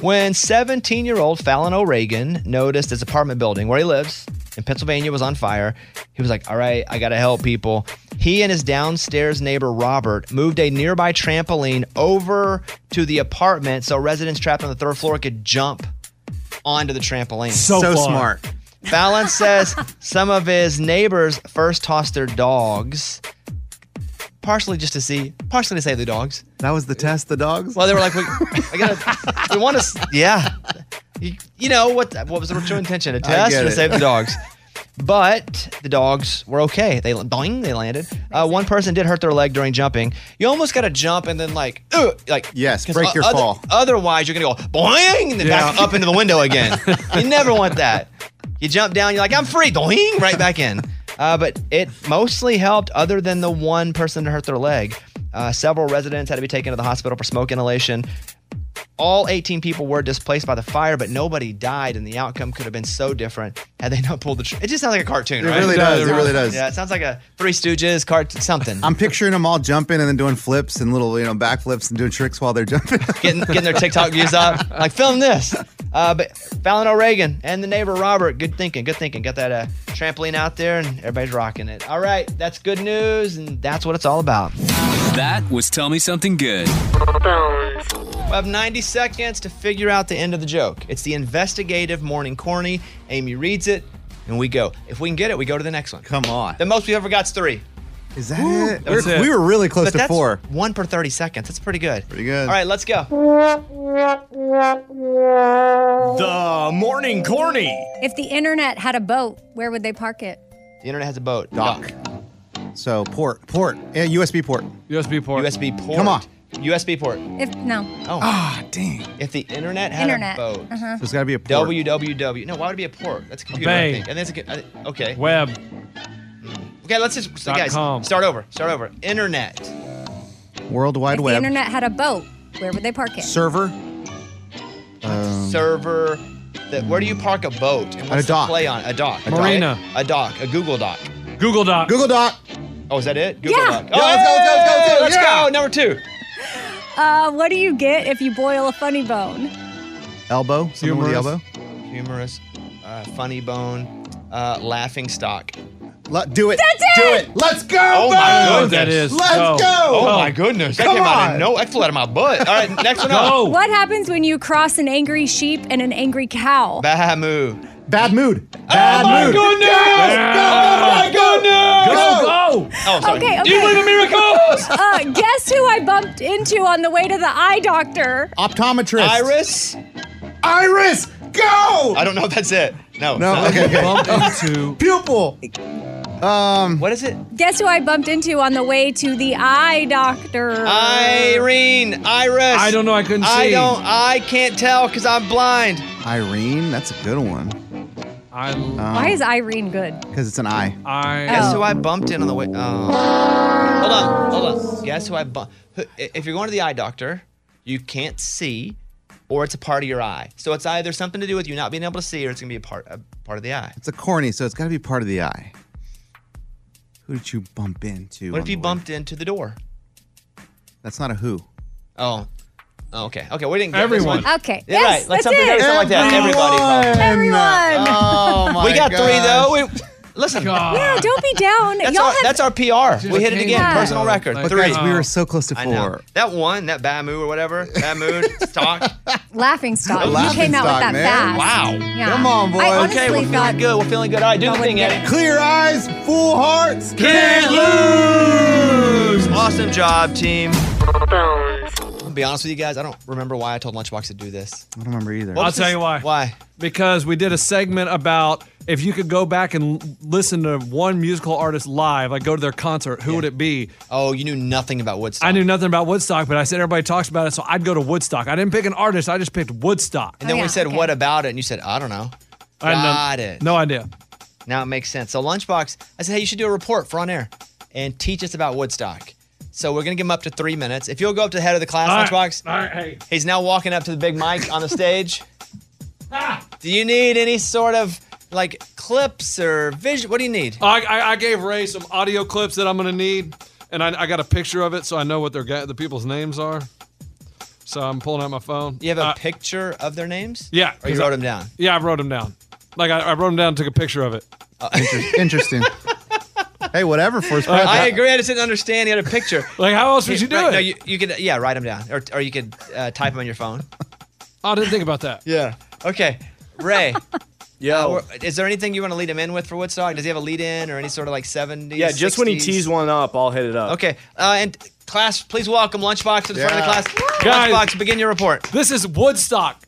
When 17 year old Fallon O'Regan noticed his apartment building where he lives in Pennsylvania was on fire, he was like, All right, I got to help people. He and his downstairs neighbor Robert moved a nearby trampoline over to the apartment so residents trapped on the third floor could jump onto the trampoline. So So far. smart. Fallon says some of his neighbors first tossed their dogs, partially just to see, partially to save the dogs. That was the test, the dogs? Well, they were like, we, I gotta, we want to, yeah. You, you know, what What was the true intention? To I test get or to it. save the dogs? But the dogs were okay. They boing, they landed. Uh, one person did hurt their leg during jumping. You almost got to jump and then like, ugh, like yes, break your fall. Otherwise, you're gonna go boing and then back Yeah. up into the window again. you never want that. You jump down, you're like, I'm free, boing, right back in. Uh, but it mostly helped, other than the one person to hurt their leg. Uh, several residents had to be taken to the hospital for smoke inhalation. All 18 people were displaced by the fire, but nobody died, and the outcome could have been so different had they not pulled the. Tr- it just sounds like a cartoon, It right? really does, it really does. Yeah, it sounds like a Three Stooges cart something. I'm picturing them all jumping and then doing flips and little, you know, backflips and doing tricks while they're jumping. getting getting their TikTok views up. Like, film this. Uh, but Fallon O'Regan and the neighbor Robert, good thinking, good thinking. Got that uh, trampoline out there, and everybody's rocking it. All right, that's good news, and that's what it's all about. That was Tell Me Something Good. We have 90 seconds to figure out the end of the joke. It's the investigative morning corny. Amy reads it, and we go. If we can get it, we go to the next one. Come on. The most we've ever got's three. Is that it? We're- we were really close But to that's four. One per 30 seconds. That's pretty good. Pretty good. All right, let's go. The morning corny. If the internet had a boat, where would they park it? The internet has a boat. Dock. So port, port, yeah, USB port, USB port, USB port. Come on, USB port. If no. Oh. Ah, dang. If the internet had Internet. a boat. Uh-huh. So it's got to be a port. www. No, why would it be a port? That's a computer. I bay. think. And that's a, co- I- okay. Hmm. Web. Okay, let's just so Dot guys com. start over. Start over. Internet. World Wide If the Web. internet had a boat, where would they park it? Server. Um, server. The, where do you park a boat? And what's a dock. The play on a dock. A Marina. Dock, a dock. A Google Doc. Google Doc. Google Doc. Oh, is that it? Google Yeah. Doc. Oh, let's go, let's go, let's go, let's go. Number two. Uh, what do you get if you boil a funny bone? elbow. Someone with the elbow. Humorous. Uh, funny bone. Uh, laughing stock. Let- do it. That's Do it. it. Let's go. Oh my Bo. goodness. Let's go. Oh my goodness. That Come came out on. of no. That flew out of my butt. All right, next one up. What happens when you cross an angry sheep and an angry cow? Bahamu. Bad mood. Bad Oh my mood. goodness. Yes. Go, Go. Oh, sorry. Okay, okay. Do you believe in miracles? Uh, guess who I bumped into on the way to the eye doctor? Optometrist. Iris. Iris. Go. I don't know if that's it. No. No. it's not. Okay. Bumped Okay. into Pupil. Um. What is it? Guess who I bumped into on the way to the eye doctor? Irene. Iris. I don't know. I couldn't see. I don't. I can't tell because I'm blind. Irene. That's a good one. I. Why is Irene good? Because it's an I. I. Guess Oh. who I bumped in on the way? Oh. Hold on, hold on. Guess who I bumped? If you're going to the eye doctor, you can't see, or it's a part of your eye. So it's either something to do with you not being able to see, or it's gonna be a part, a part of the eye. It's a corny, so it's got to be part of the eye. Who did you bump into? What if on you the way? bumped into the door? That's not a who. Oh. Oh, okay. Okay, we didn't get Everyone. This one. Okay. Yeah, yes, right. Like that's something, it. something like that. Everybody. bumped. Everyone. Oh my we got three gosh. though. We, listen. God. yeah, don't be down. That's Y'all our, have that's our PR. We hit it again. Yeah. Personal record. But Three. guys, we were so close to I know. four. That one, that Bamu or whatever, Bamu, stock. laughing stock. you laughing came out stock, with that man. fast. Wow. Yeah. Come on, boys. I honestly Okay, we're feeling thought good. We're feeling good. All right, do I the wouldn't thing, get Eddie. it. Clear eyes, full hearts. Can't lose. Awesome job, team. Bones. I'll be honest with you guys. I don't remember why I told Lunchbox to do this. I don't remember either. What I'll was tell this- you why. Why? because we did a segment about if you could go back and l- listen to one musical artist live, like go to their concert, who would it be? Oh, you knew nothing about Woodstock. I knew nothing about Woodstock, but I said everybody talks about it, so I'd go to Woodstock. I didn't pick an artist, I just picked Woodstock. And then Oh, yeah, we said, okay. "What about it?" And you said, "I don't know." I had no- Got it. No idea. Now it makes sense. So Lunchbox, I said, hey, you should do a report for on air and teach us about Woodstock. So we're gonna give him up to three minutes. If you'll go up to the head of the class, All right. Lunchbox. All right, hey. He's now walking up to the big mic on the stage. do you need any sort of like clips or vision? What do you need? I, I, I gave Ray some audio clips that I'm going to need, and I, I got a picture of it, so I know what their ga- the people's names are. So I'm pulling out my phone. You have a Uh, picture of their names? Yeah, Or Oh, you 'cause I- wrote them down? Yeah, I wrote them down. Like I, I wrote them down, and took a picture of it. Oh, Inter- interesting. hey, whatever. First press. I agree. I just didn't understand. You had a picture. Like how else would you do Right, it? No, you, you could, yeah, write them down. Or, or you could uh, type them on your phone. Oh, I didn't think about that. Yeah. Okay. Ray. Yo. Or- Is there anything you want to lead him in with for Woodstock? Does he have a lead in or any sort of like 70s? Yeah, just when he 60s? tees one up, I'll hit it up. Okay. Uh, and class, please welcome Lunchbox to the Yeah. front of the class. Guys. Lunchbox, begin your report. This is Woodstock,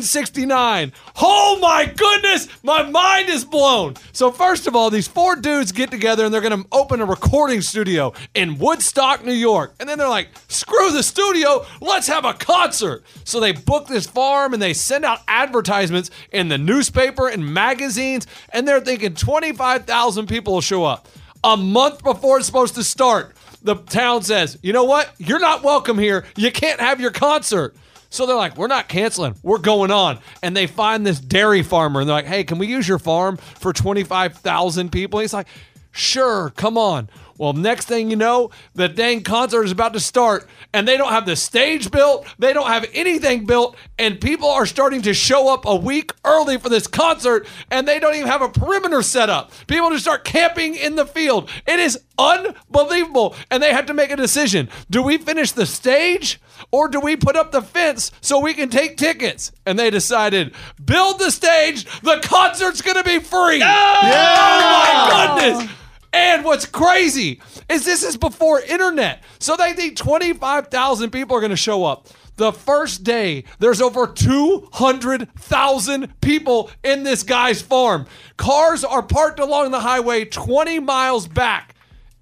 1969. Oh my goodness, my mind is blown. So, first of all, these four dudes get together and they're going to open a recording studio in Woodstock, New York. And then they're like, screw the studio, let's have a concert. So, they book this farm and they send out advertisements in the newspaper and magazines. And they're thinking 25,000 people will show up. A month before it's supposed to start, the town says, you know what? You're not welcome here. You can't have your concert. So they're like, we're not canceling. We're going on. And they find this dairy farmer and they're like, hey, can we use your farm for 25,000 people? he's like, sure, come on. Well, next thing you know, the dang concert is about to start and they don't have the stage built. They don't have anything built. And people are starting to show up a week early for this concert and they don't even have a perimeter set up. People just start camping in the field. It is unbelievable. And they have to make a decision do we finish the stage? or do we put up the fence so we can take tickets? And they decided, build the stage. The concert's gonna be free. Oh my goodness! And what's crazy is this is before internet, so they think twenty five thousand people are gonna show up. The first day, there's over 200,000 people in this guy's farm. Cars are parked along the highway 20 miles back,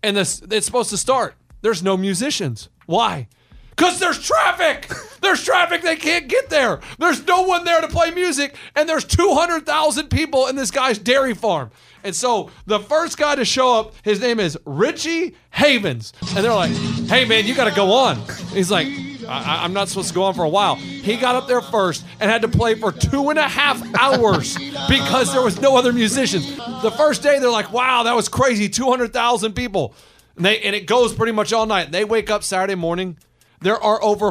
and this, it's supposed to start. There's no musicians. Why? Because there's traffic. There's traffic. They can't get there. There's no one there to play music. And there's 200,000 people in this guy's dairy farm. And so the first guy to show up, his name is Richie Havens. And they're like, hey, man, you got to go on. He's like, I- I'm not supposed to go on for a while. He got up there first and had to play for two and a half hours because there was no other musicians. The first day, they're like, wow, that was crazy 200,000 people. And, they, and it goes pretty much all night. They wake up Saturday morning. There are over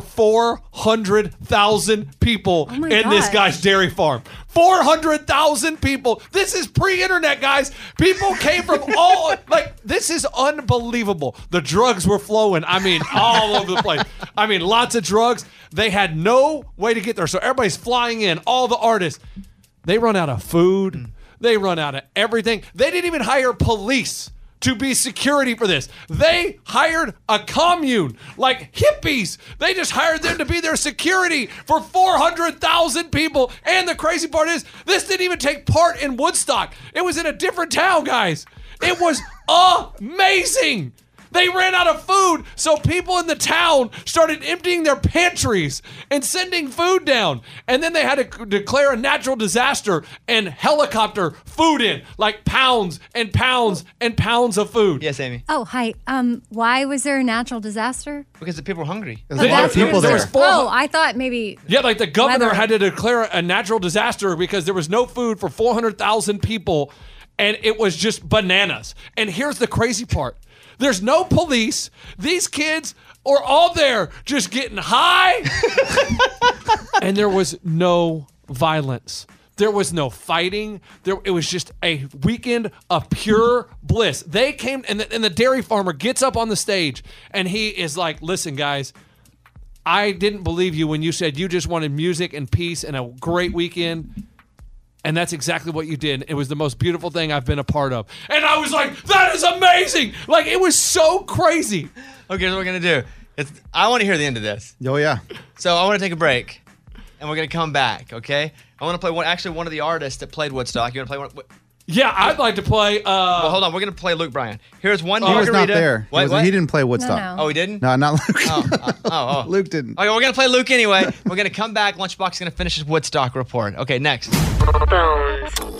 400,000 people in this gosh. guy's dairy farm. 400,000 people. This is pre internet, guys. People came from all, like, this is unbelievable. The drugs were flowing. I mean, all over the place. I mean, lots of drugs. They had no way to get there. So everybody's flying in, all the artists. They run out of food, they run out of everything. They didn't even hire police. To be security for this, they hired a commune like hippies. They just hired them to be their security for 400,000 people. And the crazy part is, this didn't even take part in Woodstock, it was in a different town, guys. It was amazing. They ran out of food, so people in the town started emptying their pantries and sending food down. And then they had to c- declare a natural disaster and helicopter food in, like pounds and pounds and pounds of food. Yes, Amy. Oh, hi. Um, why was there a natural disaster? Because the people were hungry. There's a lot of people there. was four- Oh, I thought maybe. Yeah, like the governor Weather. had to declare a natural disaster because there was no food for 400,000 people and it was just bananas. And here's the crazy part there's no police. These kids are all there just getting high. and there was no violence. There was no fighting. There, it was just a weekend of pure bliss. They came, and the, and the dairy farmer gets up on the stage, and he is like, "Listen, guys, I didn't believe you when you said you just wanted music and peace and a great weekend. And that's exactly what you did. It was the most beautiful thing I've been a part of. And I was like, that is amazing. Like, it was so crazy. Okay, here's what we're gonna do. It's, I want to hear the end of this. Oh yeah. So I want to take a break, and we're gonna come back. Okay. I want to play one. Actually, one of the artists that played Woodstock. You want to play one? Yeah, I'd like to play. Uh, well, hold on. We're gonna play Luke Bryan. Here's one. he was margarita. not there. What, he, was- what? he didn't play Woodstock. No, no. Oh, he didn't? No, not Luke. Oh, oh. Luke didn't. Okay, we're gonna play Luke anyway. we're gonna come back. Lunchbox is gonna finish his Woodstock report. Okay, next.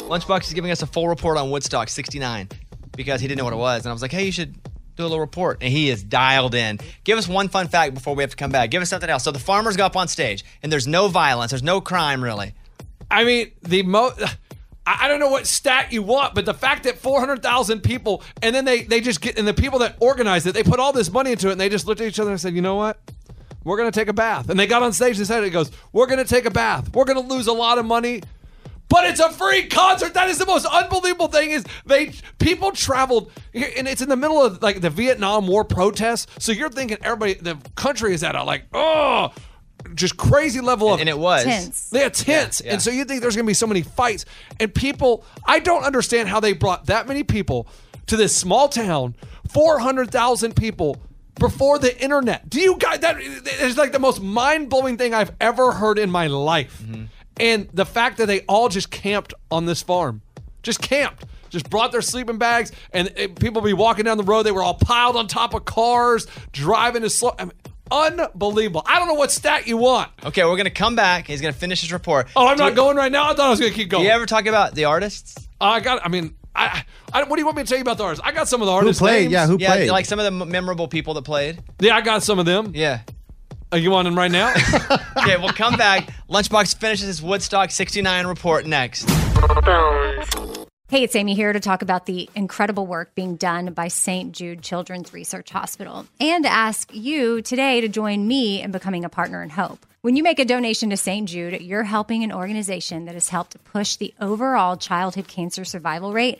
Lunchbox is giving us a full report on Woodstock '69 because he didn't know what it was, and I was like, hey, you should do a little report, and he is dialed in. Give us one fun fact before we have to come back. Give us something else. So the farmers go up on stage, and there's no violence. There's no crime really. I mean, the mo. I I don't know what stat you want, but the fact that 400,000 people, and then they, they just get, and the people that organized it, they put all this money into it, and they just looked at each other and said, you know what? We're going to take a bath. And they got on stage and said, it goes, we're going to take a bath. We're going to lose a lot of money. But it's a free concert. That is the most unbelievable thing. Is they people traveled, and it's in the middle of like the Vietnam War protests. So you're thinking everybody, the country is at a like, oh, just crazy level of, and it was Tense. They had tense, and so you think there's going to be so many fights, and people. I don't understand how they brought that many people to this small town, four hundred thousand people. Before the internet, do you guys? That is like the most mind blowing thing I've ever heard in my life. And the fact that they all just camped on this farm, just camped, just brought their sleeping bags, and eh, people be walking down the road. They were all piled on top of cars, driving as slow. I mean, unbelievable. I don't know what stat you want. Okay, we're gonna come back. He's gonna finish his report. Oh, I'm not going right now. I thought I was going to keep going. Uh, Do you ever talk about the artists? I got. I mean, I, I. What do you want me to tell you about the artists? I got some of the artists. names. yeah, Like some of the m- memorable people that played. Yeah, I got some of them. Yeah. Are you on them right now? okay, we'll come back. Lunchbox finishes his Woodstock 69 report next. Hey, it's Amy here to talk about the incredible work being done by St. Jude Children's Research Hospital and ask you today to join me in becoming a partner in hope. When you make a donation to St. Jude, you're helping an organization that has helped push the overall childhood cancer survival rate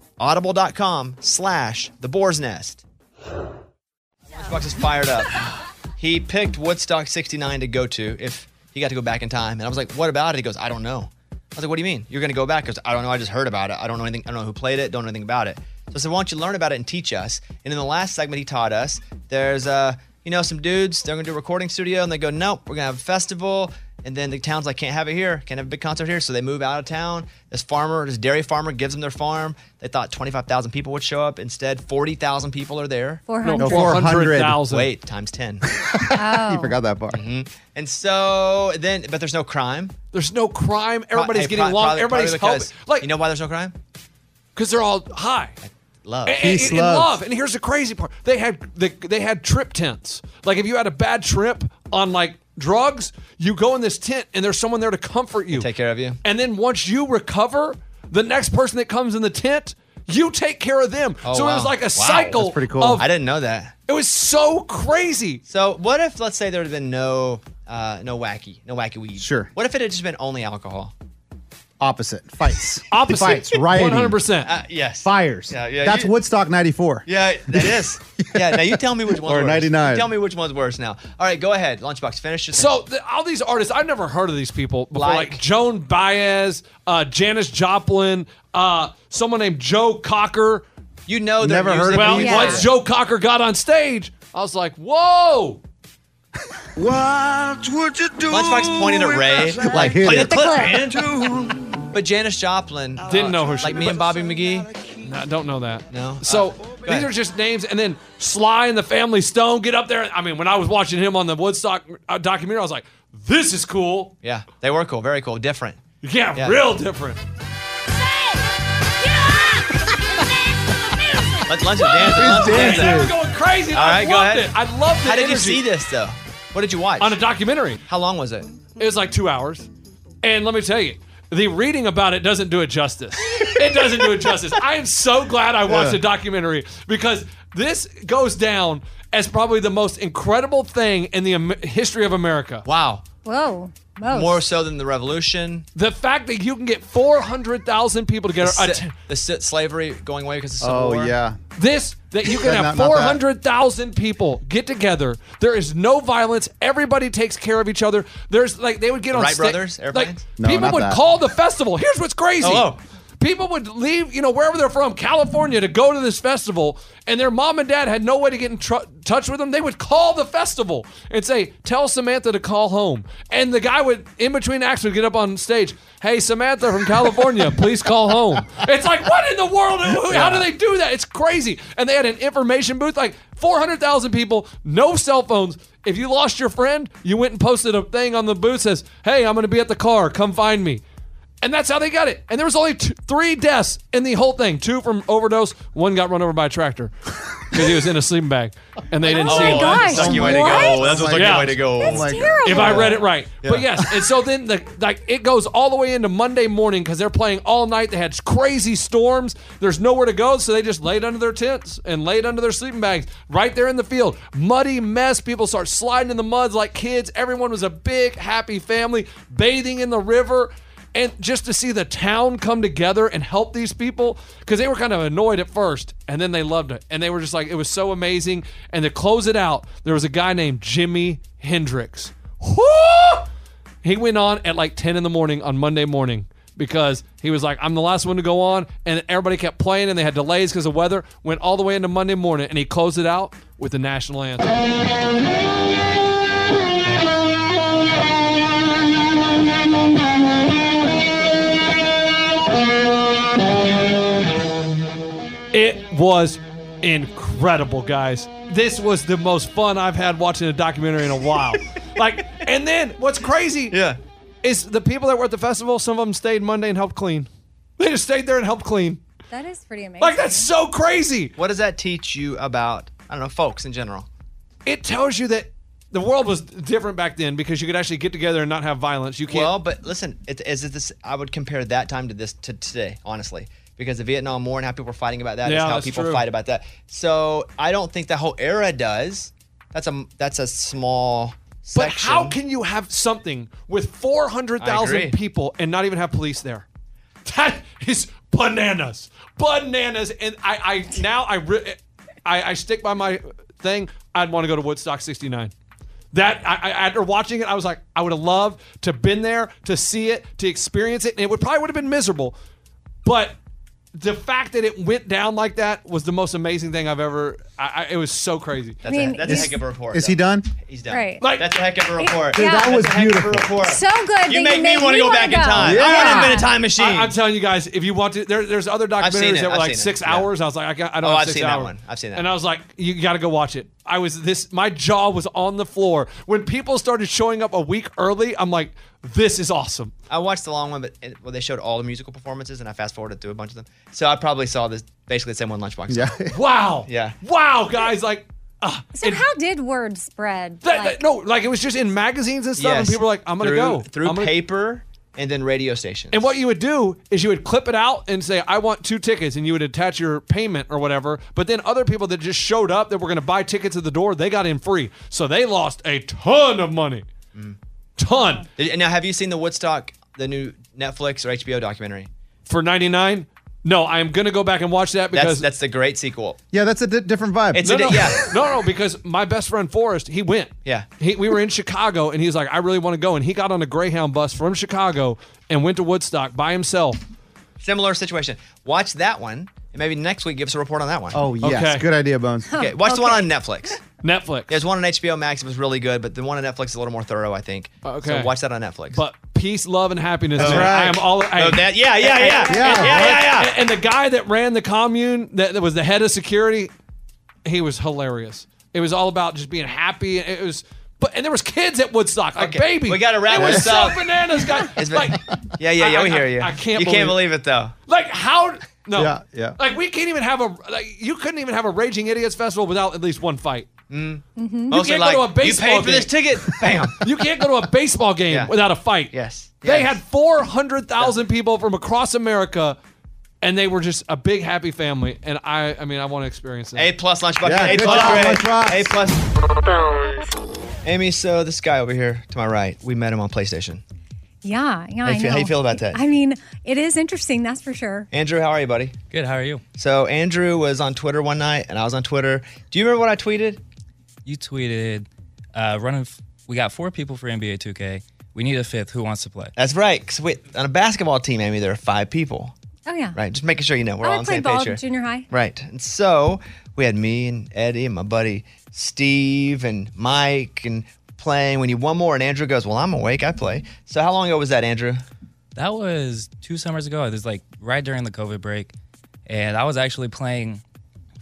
audible.com slash the boar's nest. Lunchbox is fired up. He picked Woodstock 69 to go to if he got to go back in time. And I was like, what about it? He goes, I don't know. I was like, what do you mean? You're going to go back? Because I don't know. I just heard about it. I don't know anything. I don't know who played it. Don't know anything about it. So I said, why don't you learn about it and teach us? And in the last segment, he taught us there's, uh, you know, some dudes, they're going to do a recording studio and they go, nope, we're going to have a festival. And then the town's like, can't have it here, can't have a big concert here. So they move out of town. This farmer, this dairy farmer, gives them their farm. They thought 25,000 people would show up. Instead, 40,000 people are there. 400. No, 400,000. Wait, times 10. Oh. you forgot that part. And so then, but there's no crime. There's no crime. Everybody's Hey, getting pro- along. probably- Everybody's probably helping. because- you know why there's no crime? Because they're all high. Love. And, and- and love. And here's the crazy part: they had they, they had trip tents. Like if you had a bad trip on like drugs, you go in this tent, and there's someone there to comfort you, take care of you. And then once you recover, the next person that comes in the tent, you take care of them. Oh, so it was like a cycle. Of, I didn't know that. It was so crazy. So what if let's say there had been no uh, no wacky, no wacky weed? Sure. What if it had just been only alcohol? Opposite. Fights. Opposite. Fights. Rioting. 100%. Uh, yes. Fires. Yeah, yeah, That's you- Woodstock 94. Yeah, that is. Yeah. Now you tell me which one's Or worse. 99. You tell me which one's worse now. All right, go ahead. Lunchbox, finish this. So the, all these artists, I've never heard of these people before. Like, Like? Joan Baez, uh, Janis Joplin, uh, someone named Joe Cocker. You know, their Never heard music. of Well, these once guys. Joe Cocker got on stage, I was like, "Whoa!" What would you do? Lunchbox pointed at Ray, like hit play the it." clip, Hit man. But Janis Joplin Oh. Didn't know who, who like she- me and Bobby McGee. No, I don't know that. No. Uh, So go these ahead. are just names, and then Sly and the Family Stone get up there. I mean, when I was watching him on the Woodstock uh, documentary, I was like, "This is cool." Yeah, they were cool, very cool, different. Yeah, real different. Let, lunch is dancing. Lunch is dancing. They were going crazy. All right, I go loved ahead. it. I loved it. How did you see this though? What did you watch? On a documentary. How long was it? It was like two hours. And let me tell you, the reading about it doesn't do it justice. it doesn't do it justice. I am so glad I watched Yeah. a documentary because this goes down as probably the most incredible thing in the Am- history of America. Wow. Whoa. Most. More so than the revolution. The fact that you can get 400,000 people The, together. si- the si- slavery going away because of the Civil Oh War. yeah. This that you can Not- have not that. 400,000 people get together. There is no violence. Everybody takes care of each other. There's like they would get The on Wright sta- brothers, Like, airplanes? No, people not would that. call the festival. Here's what's crazy. Oh, oh. People would leave, you know, wherever they're from, California, to go to this festival, and their mom and dad had no way to get in tr- touch with them. They would call the festival and say, "Tell Samantha to call home." And the guy would, in between acts, would get up on stage, "Hey, Samantha from California, please call home." It's like, what in the world? Who- How do they do that? It's crazy. And they had an information booth, like 400,000 people, no cell phones. If you lost your friend, you went and posted a thing on the booth says, "Hey, I'm going to be at the car. Come find me." And that's how they got it. And there was only two, three deaths in the whole thing. Two from overdose. One got run over by a tractor because he was in a sleeping bag, and they didn't Oh see my him. gosh, That's a sucky way to go. what? That's a sucky Yeah. way to go. That's Oh my If terrible. I read it right, Yeah. but yes. And so then the like it goes all the way into Monday morning because they're playing all night. They had crazy storms. There's nowhere to go, so they just laid under their tents and laid under their sleeping bags right there in the field. Muddy mess. People start sliding in the muds like kids. Everyone was a big happy family bathing in the river and just to see the town come together and help these people because they were kind of annoyed at first and then they loved it and they were just like it was so amazing and to close it out there was a guy named jimi hendrix Whoo! he went on at like 10 in the morning on monday morning because he was like i'm the last one to go on and everybody kept playing and they had delays because of weather went all the way into monday morning and he closed it out with the national anthem It was incredible, guys. This was the most fun I've had watching a documentary in a while. like, and then what's crazy? Yeah, is the people that were at the festival. Some of them stayed Monday and helped clean. They just stayed there and helped clean. That is pretty amazing. Like that's so crazy. What does that teach you about I don't know folks in general? It tells you that the world was different back then because you could actually get together and not have violence. You can't. Well, but listen, it, is it this? I would compare that time to this to today, honestly, because the Vietnam War and how people are fighting about that is Yeah, how that's people true. fight about that. So I don't think that whole era does. That's a that's a small But section. how can you have something with 400,000 agree. people and not even have police there? That is bananas. Bananas. And I, I now I, re- I I stick by my thing. I'd want to go to Woodstock 69. That I, I after watching it, I was like, I would have loved to been there to see it, to experience it, and it would probably would have been miserable. But the fact that it went down like that was the most amazing thing I've ever. I, I, it was so crazy. That's, a, that's a heck of a report. Is he done? He's done. Right. Like, that's a heck of a report. Dude, that was that's a heck of a beautiful. report. So good. You that make me want to go wanna back in time. I want to invent a time machine. I, am telling you guys, if you want to, there, there's other I've seen documentaries it, that were I've like seen it, six yeah. hours. I was like, I, got, I don't Oh, have I've six seen that hours. one. I've seen that And I was like, you got to go watch it. I was this, my jaw was on the floor when people started showing up a week early. I'm like, this is awesome. I watched the long one, but it, well, they showed all the musical performances, and I fast forwarded through a bunch of them. So I probably saw this basically the same one lunchbox. Yeah. Wow. yeah. Wow, guys, like. ah, So and how did word spread? that- Like, that- no, like it was just in magazines and stuff, and Yes. people were like, I'm gonna Through- go through I'm gonna- paper and then radio stations. And what you would do is you would clip it out and say, I want two tickets, and you would attach your payment or whatever. But then other people that just showed up that were going to buy tickets at the door, they got in free. So they lost a ton of money. Mm. Ton. Did- now, have you seen the Woodstock, the new Netflix or HBO documentary? For 99 No, I am going to go back and watch that because. That's that's the great sequel. Yeah, that's a di- different vibe. It's no, a di- no, yeah. no, no, because my best friend Forrest, he went. Yeah. He, we were in Chicago, and he's like, I really want to go. And he got on a Greyhound bus from Chicago and went to Woodstock by himself. Similar situation. Watch that one, and maybe next week give us a report on that one. Oh yes, good idea, Bones. Okay, watch the one on Netflix. Netflix. There's one on HBO Max. It was really good, but the one on Netflix is a little more thorough, I think. Uh, Okay. So watch that on Netflix. But peace, love, and happiness. That's man. right. I am all. I, Oh, that- yeah, yeah, yeah. and, Yeah. and- Yeah, yeah, yeah. And, and the guy that ran the commune, that, that was the head of security, he was hilarious. It was all about just being happy. It was, but and there was kids at Woodstock, like Okay, baby. we gotta wrap it this was so up. bananas, guys. It's been- like, yeah, yeah, yeah. I- we I- hear you. I can't You can't believe believe it though. like how? No, Yeah, yeah. Like we can't even have a like you couldn't even have a raging idiots festival without at least one fight. You Mm. Mostly can't go to like, a baseball You paid for game. this ticket. Bam. You can't go to a baseball game Yeah. without a fight. Yes. They had 400,000 people from across America and they were just a big happy family and I I mean I want to experience that. A plus lunchbox. Yeah, a good plus job, grade. lunchbox. A plus. Amy, so this guy over here to my right, we met him on PlayStation. Yeah, yeah. How I you feel- know. how you feel about that? I mean, it is interesting, that's for sure. Andrew, how are you, buddy? Good. How are you? So Andrew was on Twitter one night, and I was on Twitter. Do you remember what I tweeted? You tweeted, uh, running. F- we got four people for NBA 2K. We need a fifth. Who wants to play? That's right. 'cause we- on a basketball team, Amy, there are five people. Oh yeah. Right. Just making sure you know we're I all on the same played ball page here. junior high. Right. And so we had me and Eddie and my buddy Steve and Mike and playing. We need one more. And Andrew goes, Well, I'm awake. I play. So how long ago was that, Andrew? That was two summers ago. It was like right during the COVID break. And I was actually playing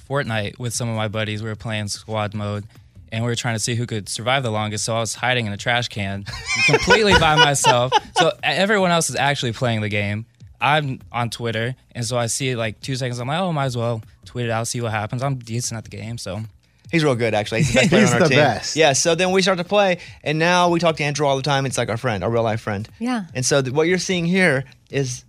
Fortnite with some of my buddies. We were playing squad mode and we were trying to see who could survive the longest. So I was hiding in a trash can completely by myself. So e, everyone else is actually playing the game. I'm on Twitter. And so I see it like two seconds. I'm like, oh, might as well tweet it out, see what happens. I'm decent at the game. So He's real good, actually. He's the best player He's on our the team. best. Yeah. So then we start to play, and now we talk to Andrew all the time. It's like our friend, our real life friend. Yeah. And so th- what you're seeing here is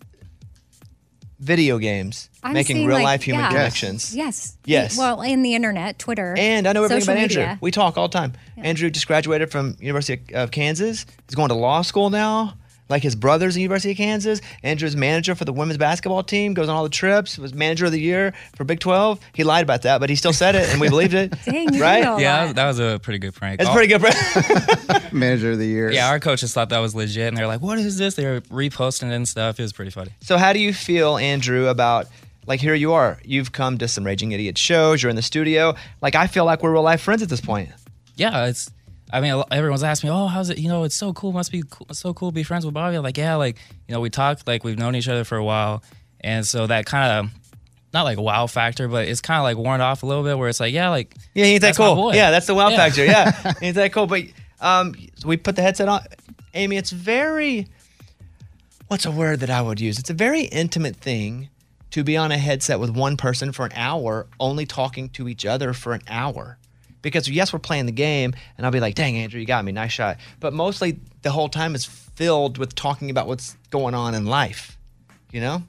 video games I'm making seeing, real like, life human yeah. connections. Yes. Yes. Well, and the internet, Twitter. And I know everything social about media. Andrew. We talk all the time. Andrew just graduated from University of Kansas. He's going to law school now. Like his brother's at University of Kansas. Andrew's manager for the women's basketball team, goes on all the trips, was manager of the year for Big 12. He lied about that, but he still said it and we believed it. Dang, you right? know a yeah, that was a pretty good prank. It's All- pretty good. Manager of the year. Yeah, our coaches thought that was legit, and they're like, "What is this?" They were reposting it and stuff. It was pretty funny. So how do you feel, Andrew, about like here you are? You've come to some raging idiot shows. You're in the studio. Like I feel like we're real life friends at this point. Yeah, it's. I mean, a lo- everyone's asking me, "Oh, how's it? You know, it's so cool. Must be cool, so cool to be friends with Bobby." I'm like, yeah, like you know, we talked, like we've known each other for a while, and so that kind of. Not like wow factor, but it's kind of like worn off a little bit, where it's like, yeah, like Yeah, ain't that that's my cool? boy. Yeah, that's the wow factor. Yeah, ain't that cool? But um, so we put the headset on. Amy, it's very. What's a word that I would use? It's a very intimate thing to be on a headset with one person for an hour, only talking to each other for an hour. Because yes, we're playing the game, and I'll be like, "Dang, Andrew, you got me, nice shot." But mostly, the whole time is filled with talking about what's going on in life. You know.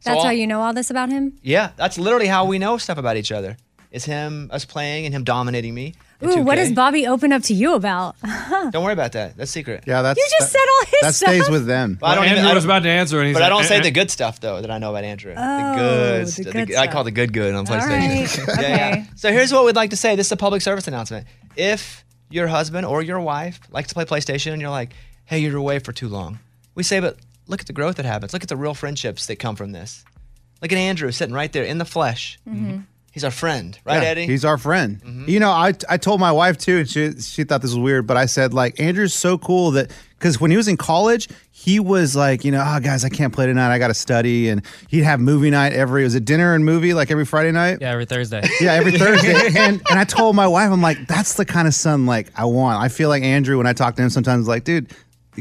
So That's all- how you know all this about him. yeah, that's literally how we know stuff about each other. Is him us playing and him dominating me. in Ooh, what 2K. does Bobby open up to you about? Don't worry about that. That's secret. Yeah, that's You just said all his that stuff. stays with them. Well, I don't even- I Andrew was don't- about to answer, and he's but I like, don't say "Eh, the eh." good stuff though that I know about Andrew. Uh. Oh, the good, the stuff. good I stuff. call the good good All on PlayStation. right. Yeah, yeah. Okay. So here's what we'd like to say. This is a public service announcement. If your husband or your wife likes to play PlayStation and you're like, "Hey, you're away for too long," we say, "But look at the growth that happens. Look at the real friendships that come from this. Look at Andrew sitting right there in the flesh. He's our friend, right, Yeah, Eddie? Mm-hmm. He's our friend. You know, I I told my wife too, and she she thought this was weird, but I said like Andrew's so cool that because when he was in college, he was like, you know, oh guys, I can't play tonight, I got to study, and he'd have movie night every was it dinner and movie like every Friday night. Yeah, every Thursday. Yeah, every Thursday. and and I told my wife, I'm like, that's the kind of son like I want. I feel like Andrew when I talk to him sometimes, like, dude,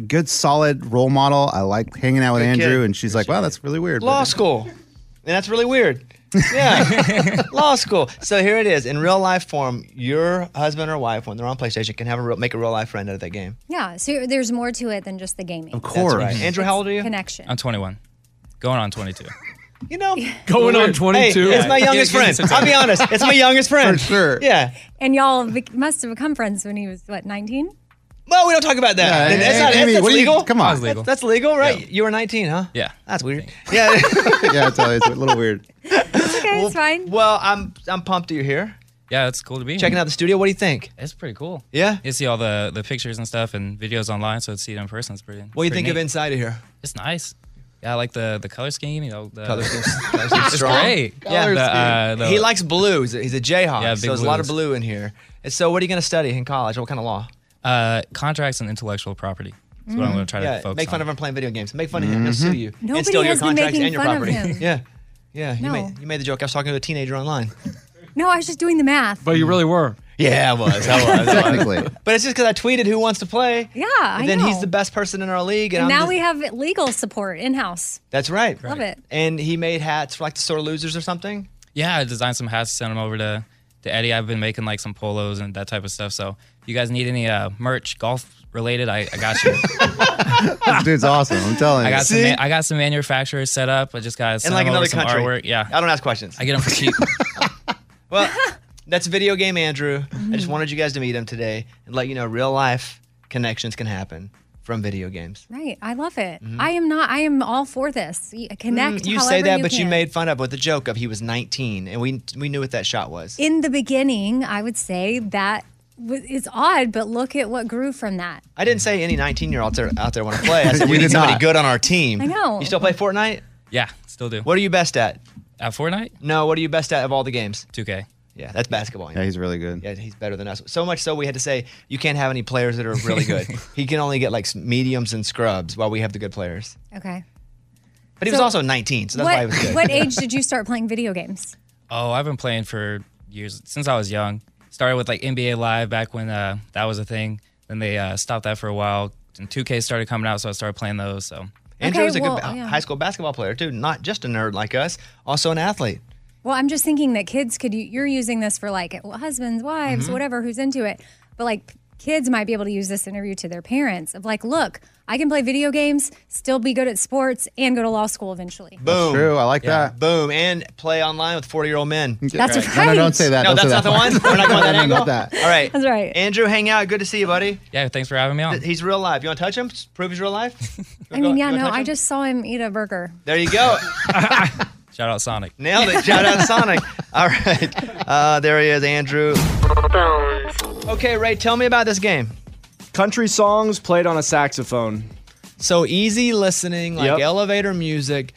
good solid role model. I like hanging out with Good Andrew, kid. and she's like, wow, that's really weird. but- Law school. And that's really weird. Yeah. Law school. So here it is. In real life form, your husband or wife, when they're on PlayStation, can have a real, make a real life friend out of that game. Yeah. So there's more to it than just the gaming. Of That's right. Andrew, how old are you? Connection. I'm 21, going on 22. You know, Going on Weird. 22. Hey, it's my Yeah, youngest give me friend. some time. I'll be honest. It's my youngest friend. For sure. Yeah. And y'all bec- must have become friends when he was what 19. Well, we don't talk about that. Yeah, that's hey, not that's- Amy, that's what do you- legal. come on. That was That's- legal. That's, legal, right? You were 19, huh? Yeah. That's weird. Yeah. yeah, it's, it's a little weird. okay, it's fine. Well, I'm I'm pumped that you're here. Yeah, it's cool to be Checking here. out the studio. What do you think? It's pretty cool. Yeah. You see all the the pictures and stuff and videos online, so to see it in person is pretty. What do you pretty think of neat. inside of here? It's nice. Yeah, I like the the color scheme. You know, the Color scheme's- color scheme's Uh, It's strong. great. Yeah. The, uh, the- he likes blue. He's a, he's a Jayhawk, Yeah, big so there's a lot of blues. blue in here. And so, what are you going to study in college? What kind of law? uh, contracts and intellectual property. That's what I'm going to try yeah, to focus make fun on. of him playing video games. Make fun of him. He'll sue Mhm. you Mm. Mm-hmm. Nobody and steal your has been contracts making and your fun of property. him. Yeah, yeah. You, No. made, you made the joke. I was talking to a teenager online. No, I was just doing the math. But you really were. Yeah, I was. I was. I was. Technically. But it's just because I tweeted who wants to play. Yeah, I And then he's know. the best person in our league. And, And I'm now just- we have legal support in house. That's right. Love it. And he made hats for like the sore losers or something. Yeah, I designed some hats, sent them over to, to Eddie. I've been making like some polos and that type of stuff. So if you guys need any uh, merch, golf related, I, I got you. this dude's awesome. I'm telling I you. got some ma- I got some manufacturers set up. I just got to send like them over another some country. artwork. Yeah, I don't ask questions. I get them for cheap. Well, That's video game Andrew. I Mm-hmm. just wanted you guys to meet him today and let you know real life connections can happen from video games. Right. I love it. I am not, I am all for this. Y- Connect. Mm-hmm. Mm, you however say that, but you can. made fun of with the joke of he was 19, and we we knew what that shot was. In the beginning, I would say that w- it's odd, but look at what grew from that. I didn't say any 19 year olds are out there want to play. I said we You need did somebody not. good on our team. I know. You still play Fortnite? Yeah, still do. What are you best at? At Fortnite? No, what are you best at of all the games? 2K. Yeah, that's basketball. you Yeah, know. he's really good. Yeah, he's better than us. So much so we had to say you can't have any players that are really good. he can only get like s- mediums and scrubs while we have the good players. Okay. But he was So- also 19, so that's what, why he was good. what age did you start playing video games? Oh, I've been playing for years since I was young. Started with like NBA Live back when uh, that was a thing. Then they uh, stopped that for a while. And 2K started coming out, so I started playing those. So Andrew was a good ba- high school basketball player too, not just a nerd like us, also an athlete. Well, I'm just thinking that kids could, u- you're using this for like husbands, wives, Mhm. whatever, who's into it. But like p- kids might be able to use this interview to their parents of like, look, I can play video games, still be good at sports, and go to law school eventually. Boom. true. I like that. Boom. And play online with 40 year old men. That's right. No, no, don't say that. No, Don't say that's that not part. the one. We're not going that No, angle. not that. All right. That's right. Andrew, hang out. Good to see you, buddy. Yeah, thanks for having me on. He's real live. You want to touch him? Just Prove he's real live? I mean, yeah, You wanna no, touch I him? just saw him eat a burger. There you go. Shout out Sonic. Nailed it. Shout out Sonic. All right. Uh, there he is, Andrew. Okay, Ray, tell me about this game. Country songs played on a saxophone. So easy listening, like Yep. elevator music.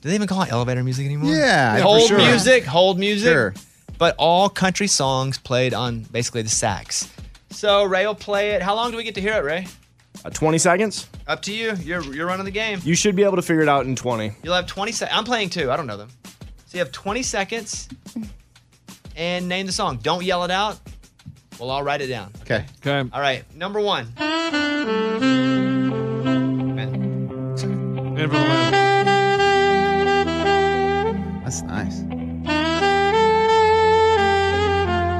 Do they even call it elevator music anymore? Yeah, for Mm-hmm. hold sure. music, hold music. Sure. But all country songs played on basically the sax. So Ray will play it. How long do we get to hear it, Ray? Uh, 20 seconds? Up to you. You're you're running the game. You should be able to figure it out in 20. You'll have 20 seconds. I'm playing two. I don't know them. So you have 20 seconds and name the song. Don't yell it out. We'll all write it down. Okay. Okay. All right. Number one. That's nice.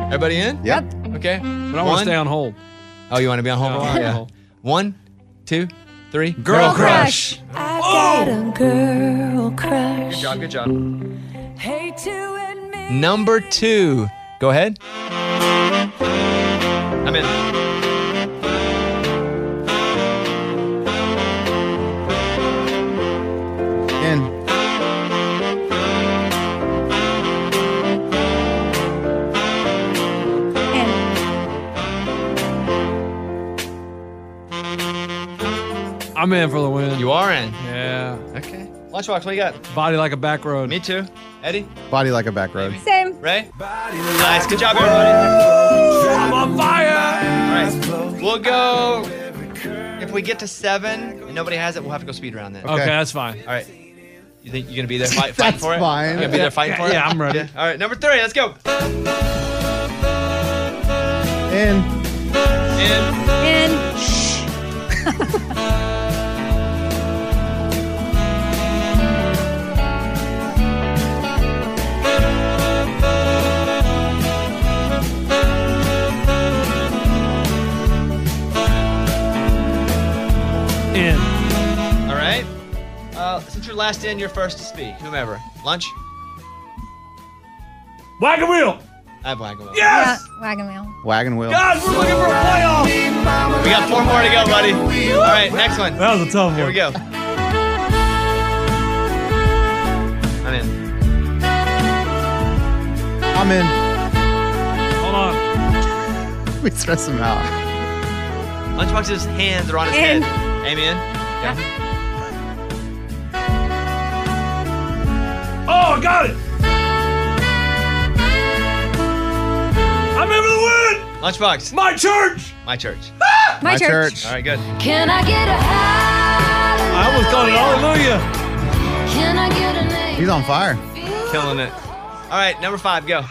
Everybody in? Yep. Okay. But I want to stay on hold. Oh, you want to be on hold? Yeah, I for a wanna while? be on Yeah. hold. One, two, three. Girl crush. I got a girl crush. Good job. Good job. Hate to Number two. Go ahead. I'm in. In. I'm in for the win. You are in. Yeah. Okay. Lunchbox, what you got? Body like a back road. Me too. Eddie? Body like a back road. Same. Ray? Nice. Good job, everybody. I'm on fire. All right. We'll go. If we get to seven and nobody has it, we'll have to go speed around then. Okay, that's fine. All right. You think you're going to be there fight, fighting for it? fine. You're going to be there fighting Yeah, for it? yeah, I'm ready. All right. Number three. Let's go. In. In. In. In. All right. Uh, since you're last in, you're first to speak. Whomever. Lunch? Wagon wheel. I have wagon wheel. Yes. Yeah, wagon wheel. Wagon wheel. Guys, we're looking for a playoff. We got four more to go, buddy. All right, next one. That was a tough Here one. we go. I'm in. I'm in. Hold on. We stress him out. Lunchbox's hands are on his In. head. Amy in? Yeah. Oh, I got it. I'm in for the win. Lunchbox. My church. My church. My My church. church. All right, good. Can I get a I almost called it hallelujah. Can I get a name? He's on fire. Killing it. All right, number five, go.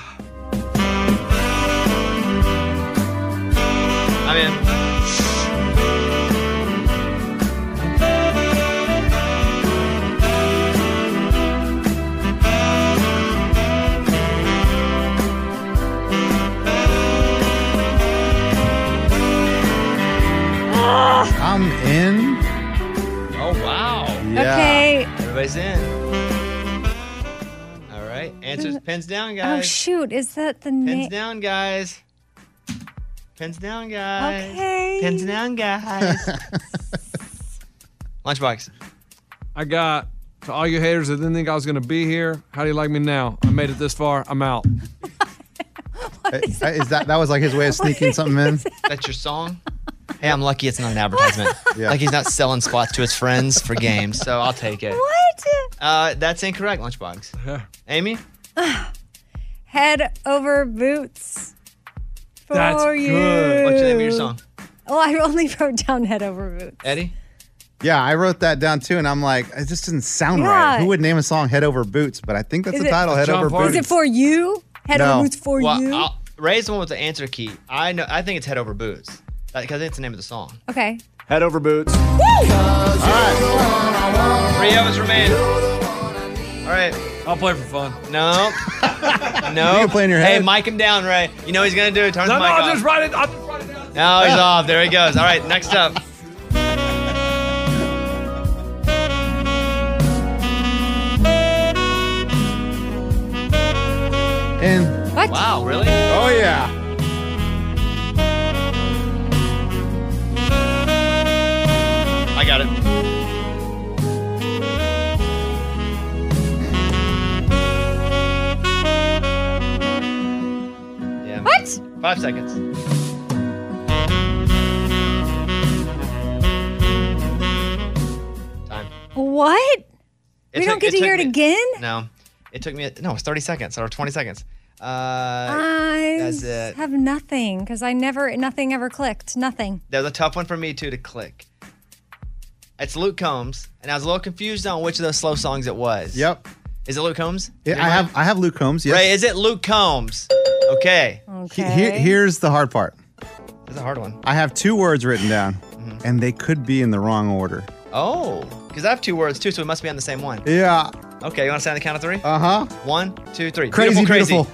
I'm in. I'm in. Oh, wow. Yeah. Okay. Everybody's in. All right. And it says pins down, Oh guys. shoot! Is that the name? Pins down, guys. Pins down, guys. Okay. Pins down, guys. Lunchbox. I got to all you haters that didn't think I was going to be here. How do you like me now? I made it this far. I'm out. Uh, is that? that was like his way of sneaking something in? That's your song. Hey, I'm lucky it's not an advertisement. Like he's not selling spots to his friends for games, so I'll take it. What? Uh, that's incorrect, Lunchbox. Amy? Head over boots. For you. What's the name of your song? Well, I only wrote down head over boots. Eddie? Yeah, I wrote that down too, and I'm like, it just doesn't sound Yeah. right. Who would name a song "Head Over Boots"? But I think that's Is the it- title, "Head Over Is Boots." it for you? Head over boots for well, you. I'll, Ray's the one with the answer key. I know. I think it's Head Over Boots. Because it's the name of the song. okay. Head Over Boots. Woo! Three hours remain. All right. I'll play for fun. No. no. You can play in your Hey, head. mic him down, Ray. You know he's going to do it. Turn the No, no, mic I'll off. just write it. I'll No, he's off. There he goes. All right, next up. And what? Wow, really? Oh yeah. I got it. Yeah. What? Five seconds. Time. What? It we took- don't get to took hear it me- again. No, it took me. No, it's thirty seconds or twenty seconds. Uh, I that's it. have nothing because I never, nothing ever clicked. Nothing. That was a tough one for me too to click. It's Luke Combs, and I was a little confused on which of those slow songs it was. Yep. Is it Luke Combs? Yeah, I have I have Luke Combs. Yes. Ray, is it Luke Combs? Okay. He- here- here's the hard part. That's a hard one. I have two words written down, Mm-hmm. and they could be in the wrong order. Oh, because I have two words too, so it must be on the same one. Yeah. Okay, you want to say on the count of three? Uh huh. One, two, three. Crazy, beautiful. beautiful.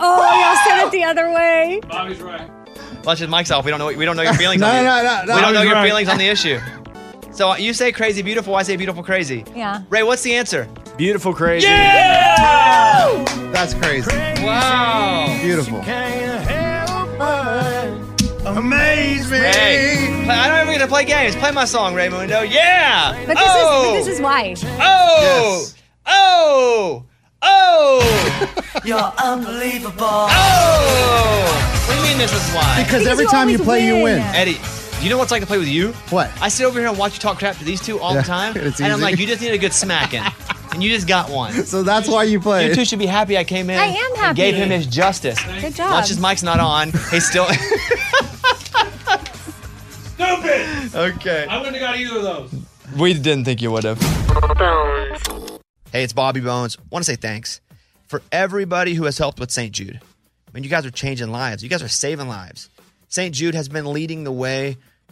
Oh, y'all said it the other way. Bobby's right. crazy. Lunch is Mike's off. We don't know. We don't know your feelings. No, on the, no, no, no, We I don't know was your right. feelings on the issue. So you say crazy beautiful. I say beautiful crazy. Yeah. Ray, what's the answer? Beautiful crazy. Yeah! That's crazy. Wow. Beautiful. Amaze me. Hey, play- I don't ever get to play games. Play my song, Raymundo. Yeah. But this, oh. is, but this is why. Oh. Oh. Oh. You're unbelievable. Oh. What do you mean this is why? Because every time you play, you win. Eddie, you know what it's like to play with you? What? I sit over here and watch you talk crap to these two all Yeah, the time, and it's I'm easy. like, you just need a good smacking, and you just got one. So that's why you play. You two should be happy I came in. I am and Gave happy. him his justice. Good job. Lunch's mic's not on. He's still. Stupid. okay. I wouldn't have got either of those. We didn't think you would have. Hey, it's Bobby Bones. want to say thanks for everybody who has helped with St. Jude. I mean, you guys are changing lives. You guys are saving lives. St. Jude has been leading the way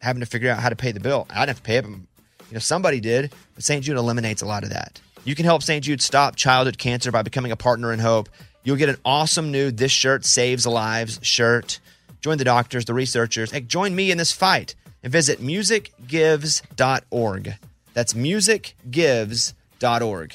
having to figure out how to pay the bill. I didn't have to pay it, but you know, somebody did. But St. Jude eliminates a lot of that. You can help St. Jude stop childhood cancer by becoming a partner in hope. You'll get an awesome new This Shirt Saves Lives shirt. Join the doctors, the researchers, and join me in this fight and visit musicgives.org. That's musicgives.org.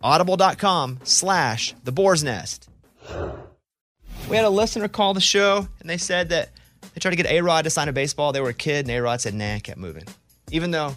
audible.com slash the boar's nest. We had a listener call the show, and they said that they tried to get A Rod to sign a baseball. They were a kid, and A Rod said, nah, kept moving. Even though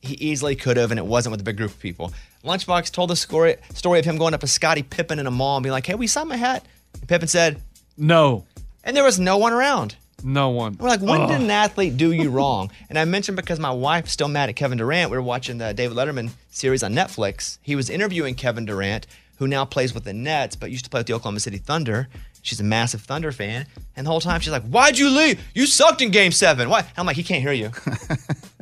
he easily could have, and it wasn't with a big group of people. Lunchbox told the story, story of him going up to Scottie Pippen in a mall and being like, hey, we sign my hat? And Pippen said, no. And there was no one around. No one. We're like, when Ugh. did an athlete do you wrong? and I mentioned because my wife's still mad at Kevin Durant. We were watching the David Letterman series on Netflix. He was interviewing Kevin Durant, who now plays with the Nets, but used to play with the Oklahoma City Thunder. She's a massive Thunder fan. And the whole time she's like, Why'd you leave? You sucked in game seven. Why? I'm like, He can't hear you.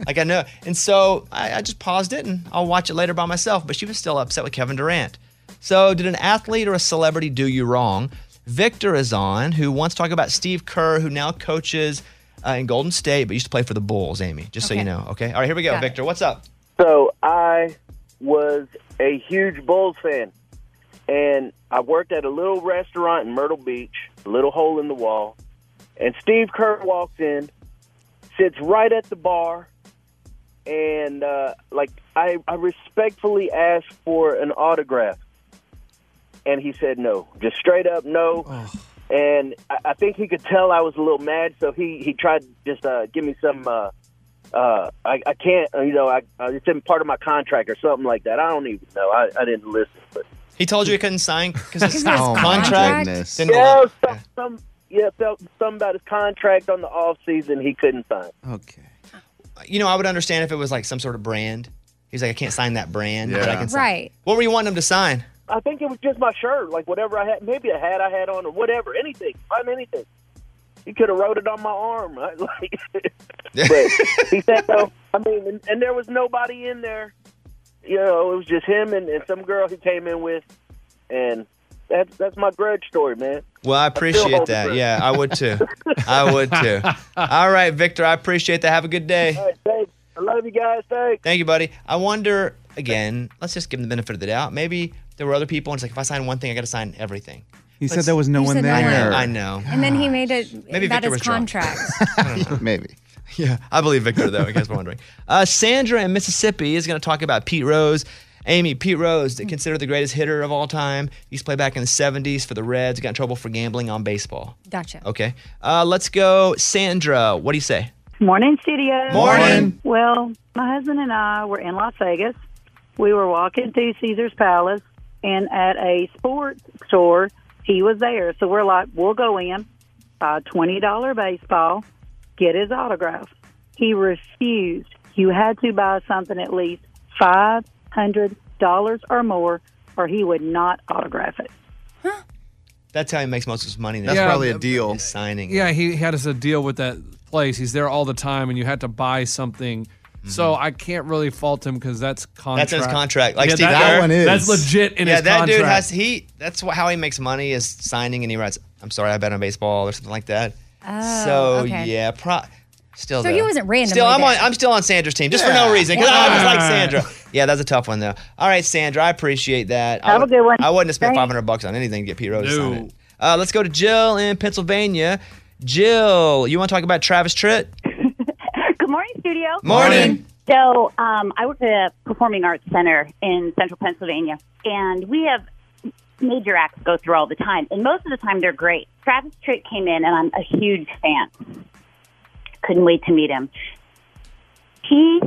like, I know. And so I, I just paused it and I'll watch it later by myself. But she was still upset with Kevin Durant. So, did an athlete or a celebrity do you wrong? Victor is on, who wants to talk about Steve Kerr, who now coaches uh, in Golden State, but used to play for the Bulls, Amy, just so you know. Okay. All right, here we go, Got it. Victor. What's up? So I was a huge Bulls fan, and I worked at a little restaurant in Myrtle Beach, a little hole in the wall. And Steve Kerr walks in, sits right at the bar, and uh, like I, I respectfully asked for an autograph, and he said no, just straight up no. And I, I think he could tell I was a little mad, so he he tried to just uh, give me some. Uh, uh, I, I can't, uh, you know, I, uh, it's in part of my contract or something like that. I don't even know. I, I didn't listen. But He told you he couldn't sign because his Because of his contract. contract? Didn't yeah, allow- some, some, yeah, so- something about his contract on the off season he couldn't sign. Okay. You know, I would understand if it was like some sort of brand. He's like, I can't sign that brand, but I can sign. Right. What were you wanting him to sign? I think it was just my shirt, like whatever I had, maybe a hat I had on or whatever, anything, find anything. He could have wrote it on my arm, right? like. but he said no. I mean, and, and there was nobody in there. You know, it was just him and, and some girl he came in with, and that's that's my grudge story, man. Well, I appreciate hold the that. grudge. Yeah, I would too. I would too. All right, Victor, I appreciate that. Have a good day. All right, thanks. I love you guys. Thanks. Thank you, buddy. I wonder again. Let's just give him the benefit of the doubt. Maybe there were other people, and it's like if I sign one thing, I got to sign everything. He said there was no You one said no there. one. I know, I And then he made it Maybe that Victor is was drunk. contract. Maybe. Yeah, I believe Victor though. In case we're wondering, uh, Sandra in Mississippi is going to talk about Pete Rose. Amy, Pete Rose, considered the greatest hitter of all time. He used to play back in the '70s for the Reds. Got in trouble for gambling on baseball. Gotcha. Okay, uh, let's go, Sandra. What do you say? Morning, studio. Morning. Well, my husband and I were in Las Vegas. We were walking through Caesar's Palace, and at a sports store, he was there. So we're like, we'll go in, buy a $20 baseball, get his autograph. He refused. You had to buy something at least $500 or more, or he would not autograph it. That's how he makes most of his money. That's Yeah, probably a deal. Signing. Yeah, he had us a deal with that place. He's there all the time, and you had to buy something. So I can't really fault him because Mm-hmm. that's contract. That's in his contract. Like Yeah, Steve that, Kerr. That's legit in yeah, his that contract. dude has he. That's wh- how he makes money is signing and he writes, "I'm sorry, I bet on baseball" or something like that. Oh, so okay. yeah, pro- still. So though. he wasn't randomly Still, I'm on. there. I'm still on Sandra's team just for no Yeah. reason because I just like Wow. Sandra. Yeah, that's a tough one though. All right, Sandra, I appreciate that. I Have a would- good one. I wouldn't have spent Thanks. 500 bucks on anything to get Pete Rose to sign it. Uh, let's go to Jill in Pennsylvania. Jill, you want to talk about Travis Tritt? Good morning, studio. Morning. So, um, I work at a performing arts center in central Pennsylvania, and we have major acts go through all the time, and most of the time they're great. Travis Tritt came in, and I'm a huge fan. Couldn't wait to meet him. He,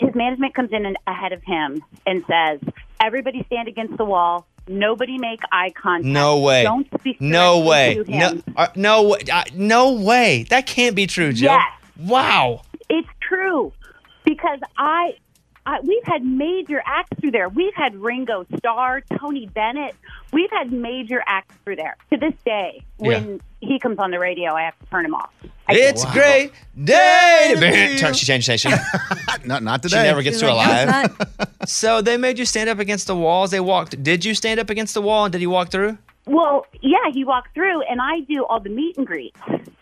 his management comes in and ahead of him and says, "Everybody stand against the wall. Nobody make eye contact. No way. Don't speak no directly way. to No, him." uh, no, way. Uh, no way. That can't be true, Jill. Yes. Wow. It's true because I, I we've had major acts through there. We've had Ringo Starr, Tony Bennett. We've had major acts through there. To this day, when he comes on the radio, I have to turn him off. It's great day. to be- Turn, she changed station. not, not She today. never gets She's to like, alive. "No, so they made you stand up against the walls. They walked. Did you stand up against the wall? And did he walk through? Well, yeah, he walked through, and I do all the meet and greets.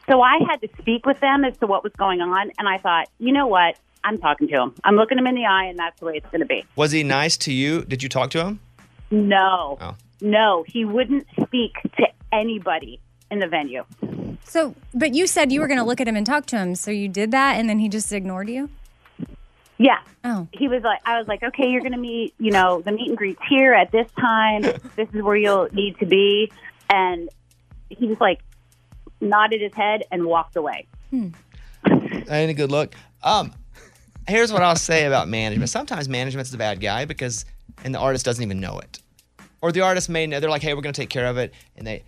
So I had to speak with them as to what was going on, and I thought, you know what? I'm talking to him. I'm looking him in the eye, and that's the way it's going to be. Was he nice to you? Did you talk to him? No, Oh. no, he wouldn't speak to anybody in the venue. So, but you said you were going to look at him and talk to him. So you did that, and then he just ignored you. Yeah. Oh. He was like, I was like, okay, you're going to meet, you know, the meet and greets here at this time. this is where you'll need to be. And he just like nodded his head and walked away. That ain't a good look. Um, here's what I'll say about management. Sometimes management's the bad guy because, and the artist doesn't even know it, or the artist may know. They're like, "Hey, we're gonna take care of it," and they.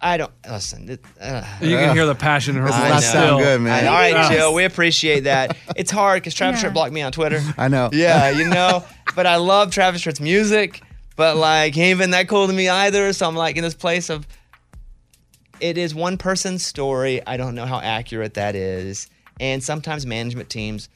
I don't listen. it- uh, You can hear the passion in her I voice still. know. I know. All Ah. right, Jill, we appreciate that. It's hard because Travis Yeah. Tritt blocked me on Twitter. I know. Yeah, you know, but I love Travis Tritt's music, but like he ain't been that cool to me either. So I'm like in this place of it is one person's story. I don't know how accurate that is. And sometimes management teams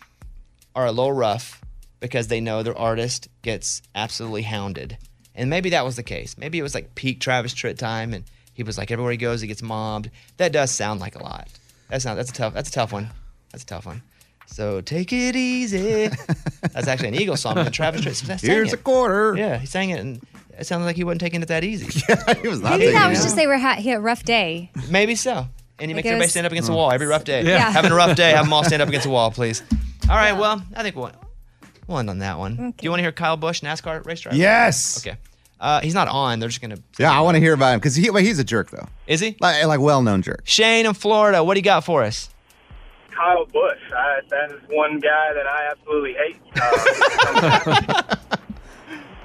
are a little rough because they know their artist gets absolutely hounded. And maybe that was the case. Maybe it was like peak Travis Tritt time and he was like everywhere he goes he gets mobbed. That does sound like a lot. That's not that's a tough that's a tough one. That's a tough one. So take it easy. That's actually an Eagles song, and Travis Tritt sang Here's it. a quarter. Yeah, he sang it, and it sounded like he wasn't taking it that easy. yeah, he was not. Maybe that taking was it. just they were ha- he had a rough day. Maybe so. And he Like makes it everybody was- stand up against the wall every rough day. Yeah. Yeah. Having a rough day, have them all stand up against the wall, please. All right, well, I think one, one on that one. Do you want to hear Kyle Bush, NASCAR race driver? Yes. Okay. Uh, he's not on. They're just going to. Yeah, I want to hear about him because he, well, he's a jerk though. Is he? Like, like well-known jerk. Shane in Florida, what do you got for us? Kyle Bush. I, that is one guy that I absolutely hate. Uh,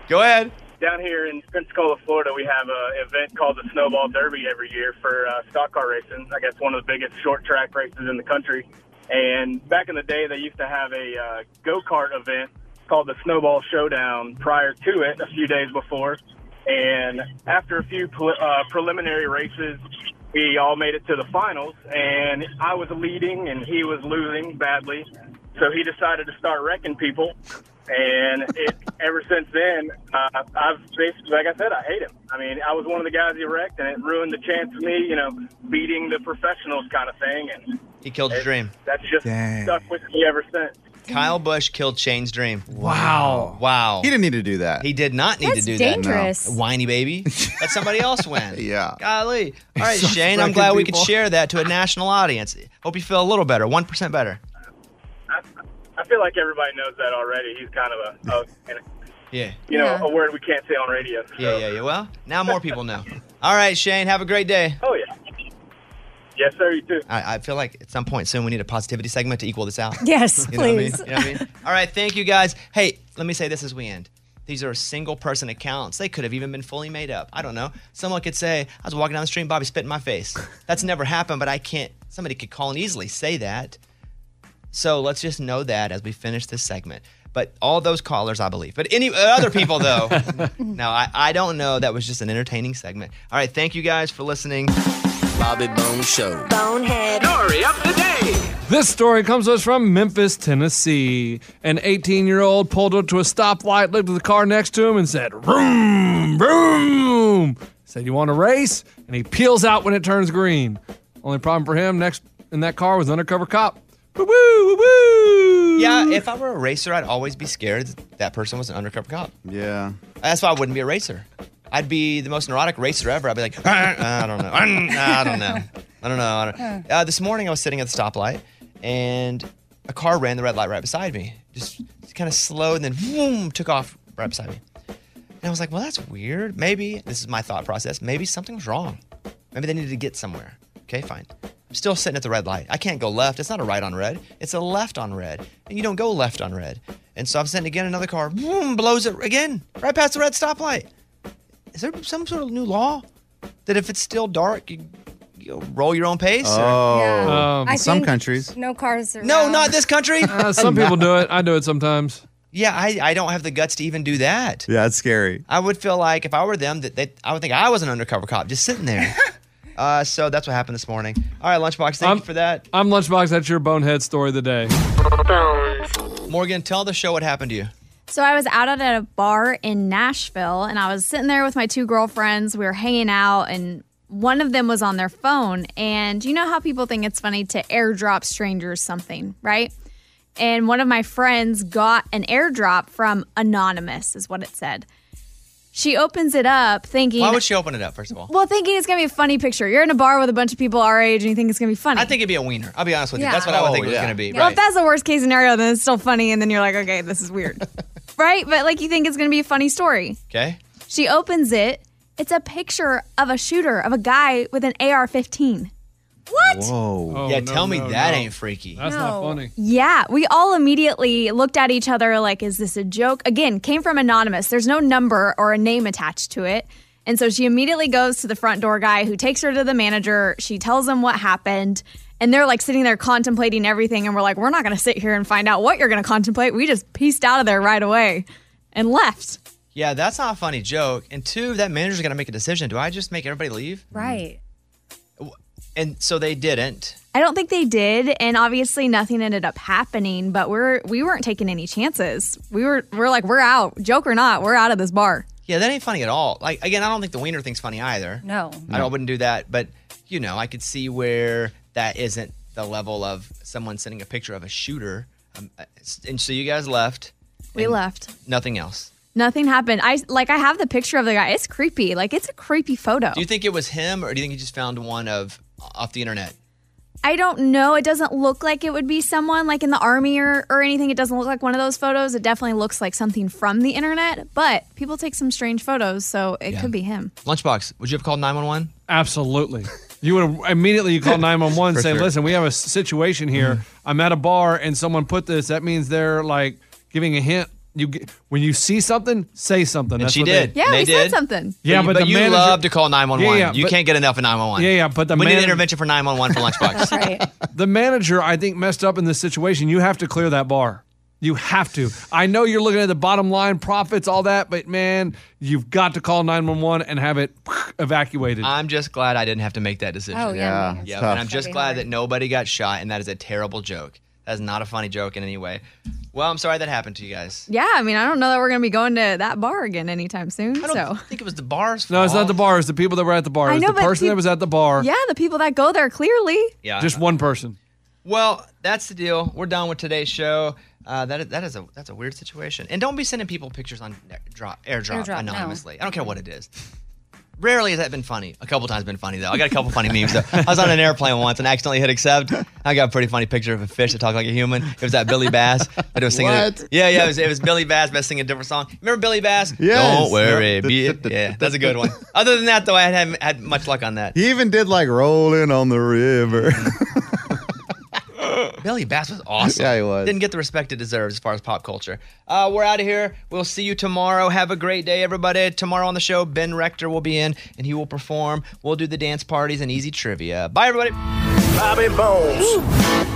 Go ahead. Down here in Pensacola, Florida, we have an event called the Snowball Derby every year for uh, stock car racing. I guess one of the biggest short track races in the country. And back in the day, they used to have a uh, go kart event called the Snowball Showdown prior to it, a few days before. And after a few pre- uh, preliminary races, we all made it to the finals. And I was leading, and he was losing badly. So he decided to start wrecking people. And it, ever since then, uh, I've basically, like I said, I hate him. I mean, I was one of the guys he wrecked, and it ruined the chance of me, you know, beating the professionals kind of thing. And He killed his dream. that's just stuck with me ever since. Kyle Bush killed Shane's dream. Wow. Wow. He didn't need to do that. He did not need That's to do dangerous. that. Whiny baby. Let somebody else win. yeah. Golly. All right, So Shane, I'm freaking glad we could people. share that to a national audience. Hope you feel a little better, 1% better. I feel like everybody knows that already. He's kind of a, a Yeah. you know, a word we can't say on radio. Yeah, yeah, yeah. Well, now more people know. All right, Shane, have a great day. Oh, yeah. Yes, sir, you too. I, I feel like at some point soon we need a positivity segment to equal this out. Yes, you know what I mean? please. You know what I mean? All right, thank you guys. Hey, let me say this as we end. These are single person accounts. They could have even been fully made up. I don't know. Someone could say, I was walking down the street and Bobby spit in my face. That's never happened, but I can't. Somebody could call and easily say that. So let's just know that as we finish this segment. But all those callers, I believe. But any uh, other people, though, no, I, I don't know. That was just an entertaining segment. All right, thank you guys for listening. Bobby Bone Show. Bonehead. Story of the day. This story comes to us from Memphis, Tennessee. An 18 year old pulled up to a stoplight, looked at the car next to him, and said, Vroom, vroom. Said, You want to race? And he peels out when it turns green. Only problem for him next in that car was an undercover cop. Woo woo woo woo. Yeah, if I were a racer, I'd always be scared that that person was an undercover cop. Yeah. That's why I wouldn't be a racer. I'd be the most neurotic racer ever. I'd be like, "Uh, I don't know. Uh, I don't know. I don't know. I don't know. Uh, this morning I was sitting at the stoplight and a car ran the red light right beside me. Just kind of slowed and then boom, took off right beside me. And I was like, well, that's weird. Maybe this is my thought process. Maybe something's wrong. Maybe they needed to get somewhere. Okay, fine. I'm still sitting at the red light. I can't go left. It's not a right on red. It's a left on red. And you don't go left on red. And so I'm sitting again, another car boom, blows it again, right past the red stoplight. Is there some sort of new law that if it's still dark, you, you roll your own pace? or- Oh, Yeah. I think No cars. Around. No, not this country. Uh, some people do it. I do it sometimes. Yeah, I, I don't have the guts to even do that. Yeah, it's scary. I would feel like if I were them, that they, I would think I was an undercover cop just sitting there. uh, so that's what happened this morning. All right, Lunchbox, thank you for that. I'm Lunchbox. That's your bonehead story of the day. Morgan, tell the show what happened to you. So I was out at a bar in Nashville and I was sitting there with my two girlfriends. We were hanging out and one of them was on their phone. And you know how people think it's funny to airdrop strangers something, right? And one of my friends got an airdrop from Anonymous, is what it said. She opens it up thinking. Why would she open it up, first of all? Well, thinking it's going to be a funny picture. You're in a bar with a bunch of people our age and you think it's going to be funny. I think it'd be a wiener. I'll be honest with Yeah. you. That's what I would Oh, think it was yeah. going to be. Well, if that's the worst case scenario, then it's still funny, and then you're like, okay, this is weird, right? But like, you think it's gonna be a funny story. Okay. She opens it. It's a picture of a shooter of a guy with an AR-15. What? Whoa. yeah, no, tell me no, that no. ain't freaky. That's not funny. Yeah, we all immediately looked at each other like, is this a joke? Again, came from anonymous. There's no number or a name attached to it. And so she immediately goes to the front door guy who takes her to the manager. She tells him what happened. And they're like sitting there contemplating everything. And we're like, we're not going to sit here and find out what you're going to contemplate. We just pieced out of there right away and left. Yeah, that's not a funny joke. And two, that manager's going to make a decision. Do I just make everybody leave? Right. And so they didn't. I don't think they did, and obviously nothing ended up happening. But we're we weren't taking any chances. We were we're like we're out, joke or not, we're out of this bar. Yeah, that ain't funny at all. Like again, I don't think the wiener thing's funny either. No. I wouldn't do that. But you know, I could see where that isn't the level of someone sending a picture of a shooter. Um, uh, and so you guys left. We left. Nothing else. Nothing happened. I like I have the picture of the guy. It's creepy. Like it's a creepy photo. Do you think it was him, or do you think you just found one of off the internet? I don't know. It doesn't look like it would be someone like in the army or, or anything. It doesn't look like one of those photos. It definitely looks like something from the internet, but people take some strange photos, so it Yeah. could be him. Lunchbox, would you have called nine one one? Absolutely. You would have immediately you call 911 For saying, sure. Mm-hmm. listen, we have a s- situation here. I'm at a bar and someone put this. That means they're like giving a hint. You g- When you see something, say something. And That's she what did. They, Yeah, And they we said did? something. Yeah, you- but the you manager- love to call nine one Yeah, one. yeah, You but- can't get enough of nine one one. Yeah, yeah, but the we need man- an intervention for nine one one for Lunchbox. the manager, I think, messed up in this situation. You have to clear that bar. You have to. I know you're looking at the bottom line, profits, all that, but man, you've got to call 911 and have it evacuated. I'm just glad I didn't have to make that decision. Oh, yeah, Yeah, man. it's yeah. tough. And I'm just glad that nobody got shot, and that is a terrible joke. That is not a funny joke in any way. Well, I'm sorry that happened to you guys. Yeah, I mean, I don't know that we're gonna be going to that bar again anytime soon. so I think it was the bar's No, it's not the bar. It's the people that were at the bar. I It's know, the but person peop- that was at the bar. yeah, the people that go there clearly. Yeah. Just one person. Well, that's the deal. We're done with today's show. Uh, that is, that is a that's a weird situation. And don't be sending people pictures on drop, airdrop, Airdrop, no. anonymously. I don't care what it is. Rarely has that been funny. A couple times been funny though. I got a couple funny memes though. I was on an airplane once and accidentally hit accept. I got a pretty funny picture of a fish that talked like a human. It was that Billy Bass, but it was singing. What? Yeah, yeah. It was, it was Billy Bass, but singing a different song. Remember Billy Bass? Yes. Don't worry. Be, yeah, that's a good one. Other than that though, I haven't had much luck on that. He even did like rolling on the river. Billy Bass was awesome. Yeah, he was. Didn't get the respect it deserves as far as pop culture. Uh, we're out of here. We'll see you tomorrow. Have a great day, everybody. Tomorrow on the show, Ben Rector will be in and he will perform. We'll do the dance parties and easy trivia. Bye, everybody. Bobby Bones.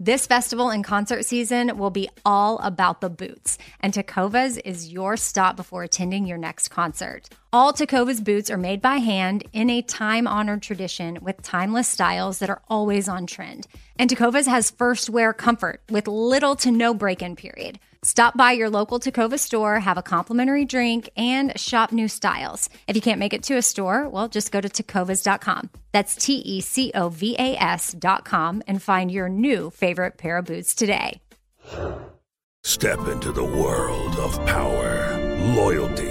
This festival and concert season will be all about the boots, and Takova's is your stop before attending your next concert. All Takova's boots are made by hand in a time honored tradition with timeless styles that are always on trend. And Takova's has first wear comfort with little to no break in period. Stop by your local Takova store, have a complimentary drink, and shop new styles. If you can't make it to a store, well, just go to tacovas.com. That's T E C O V A S.com and find your new favorite pair of boots today. Step into the world of power, loyalty,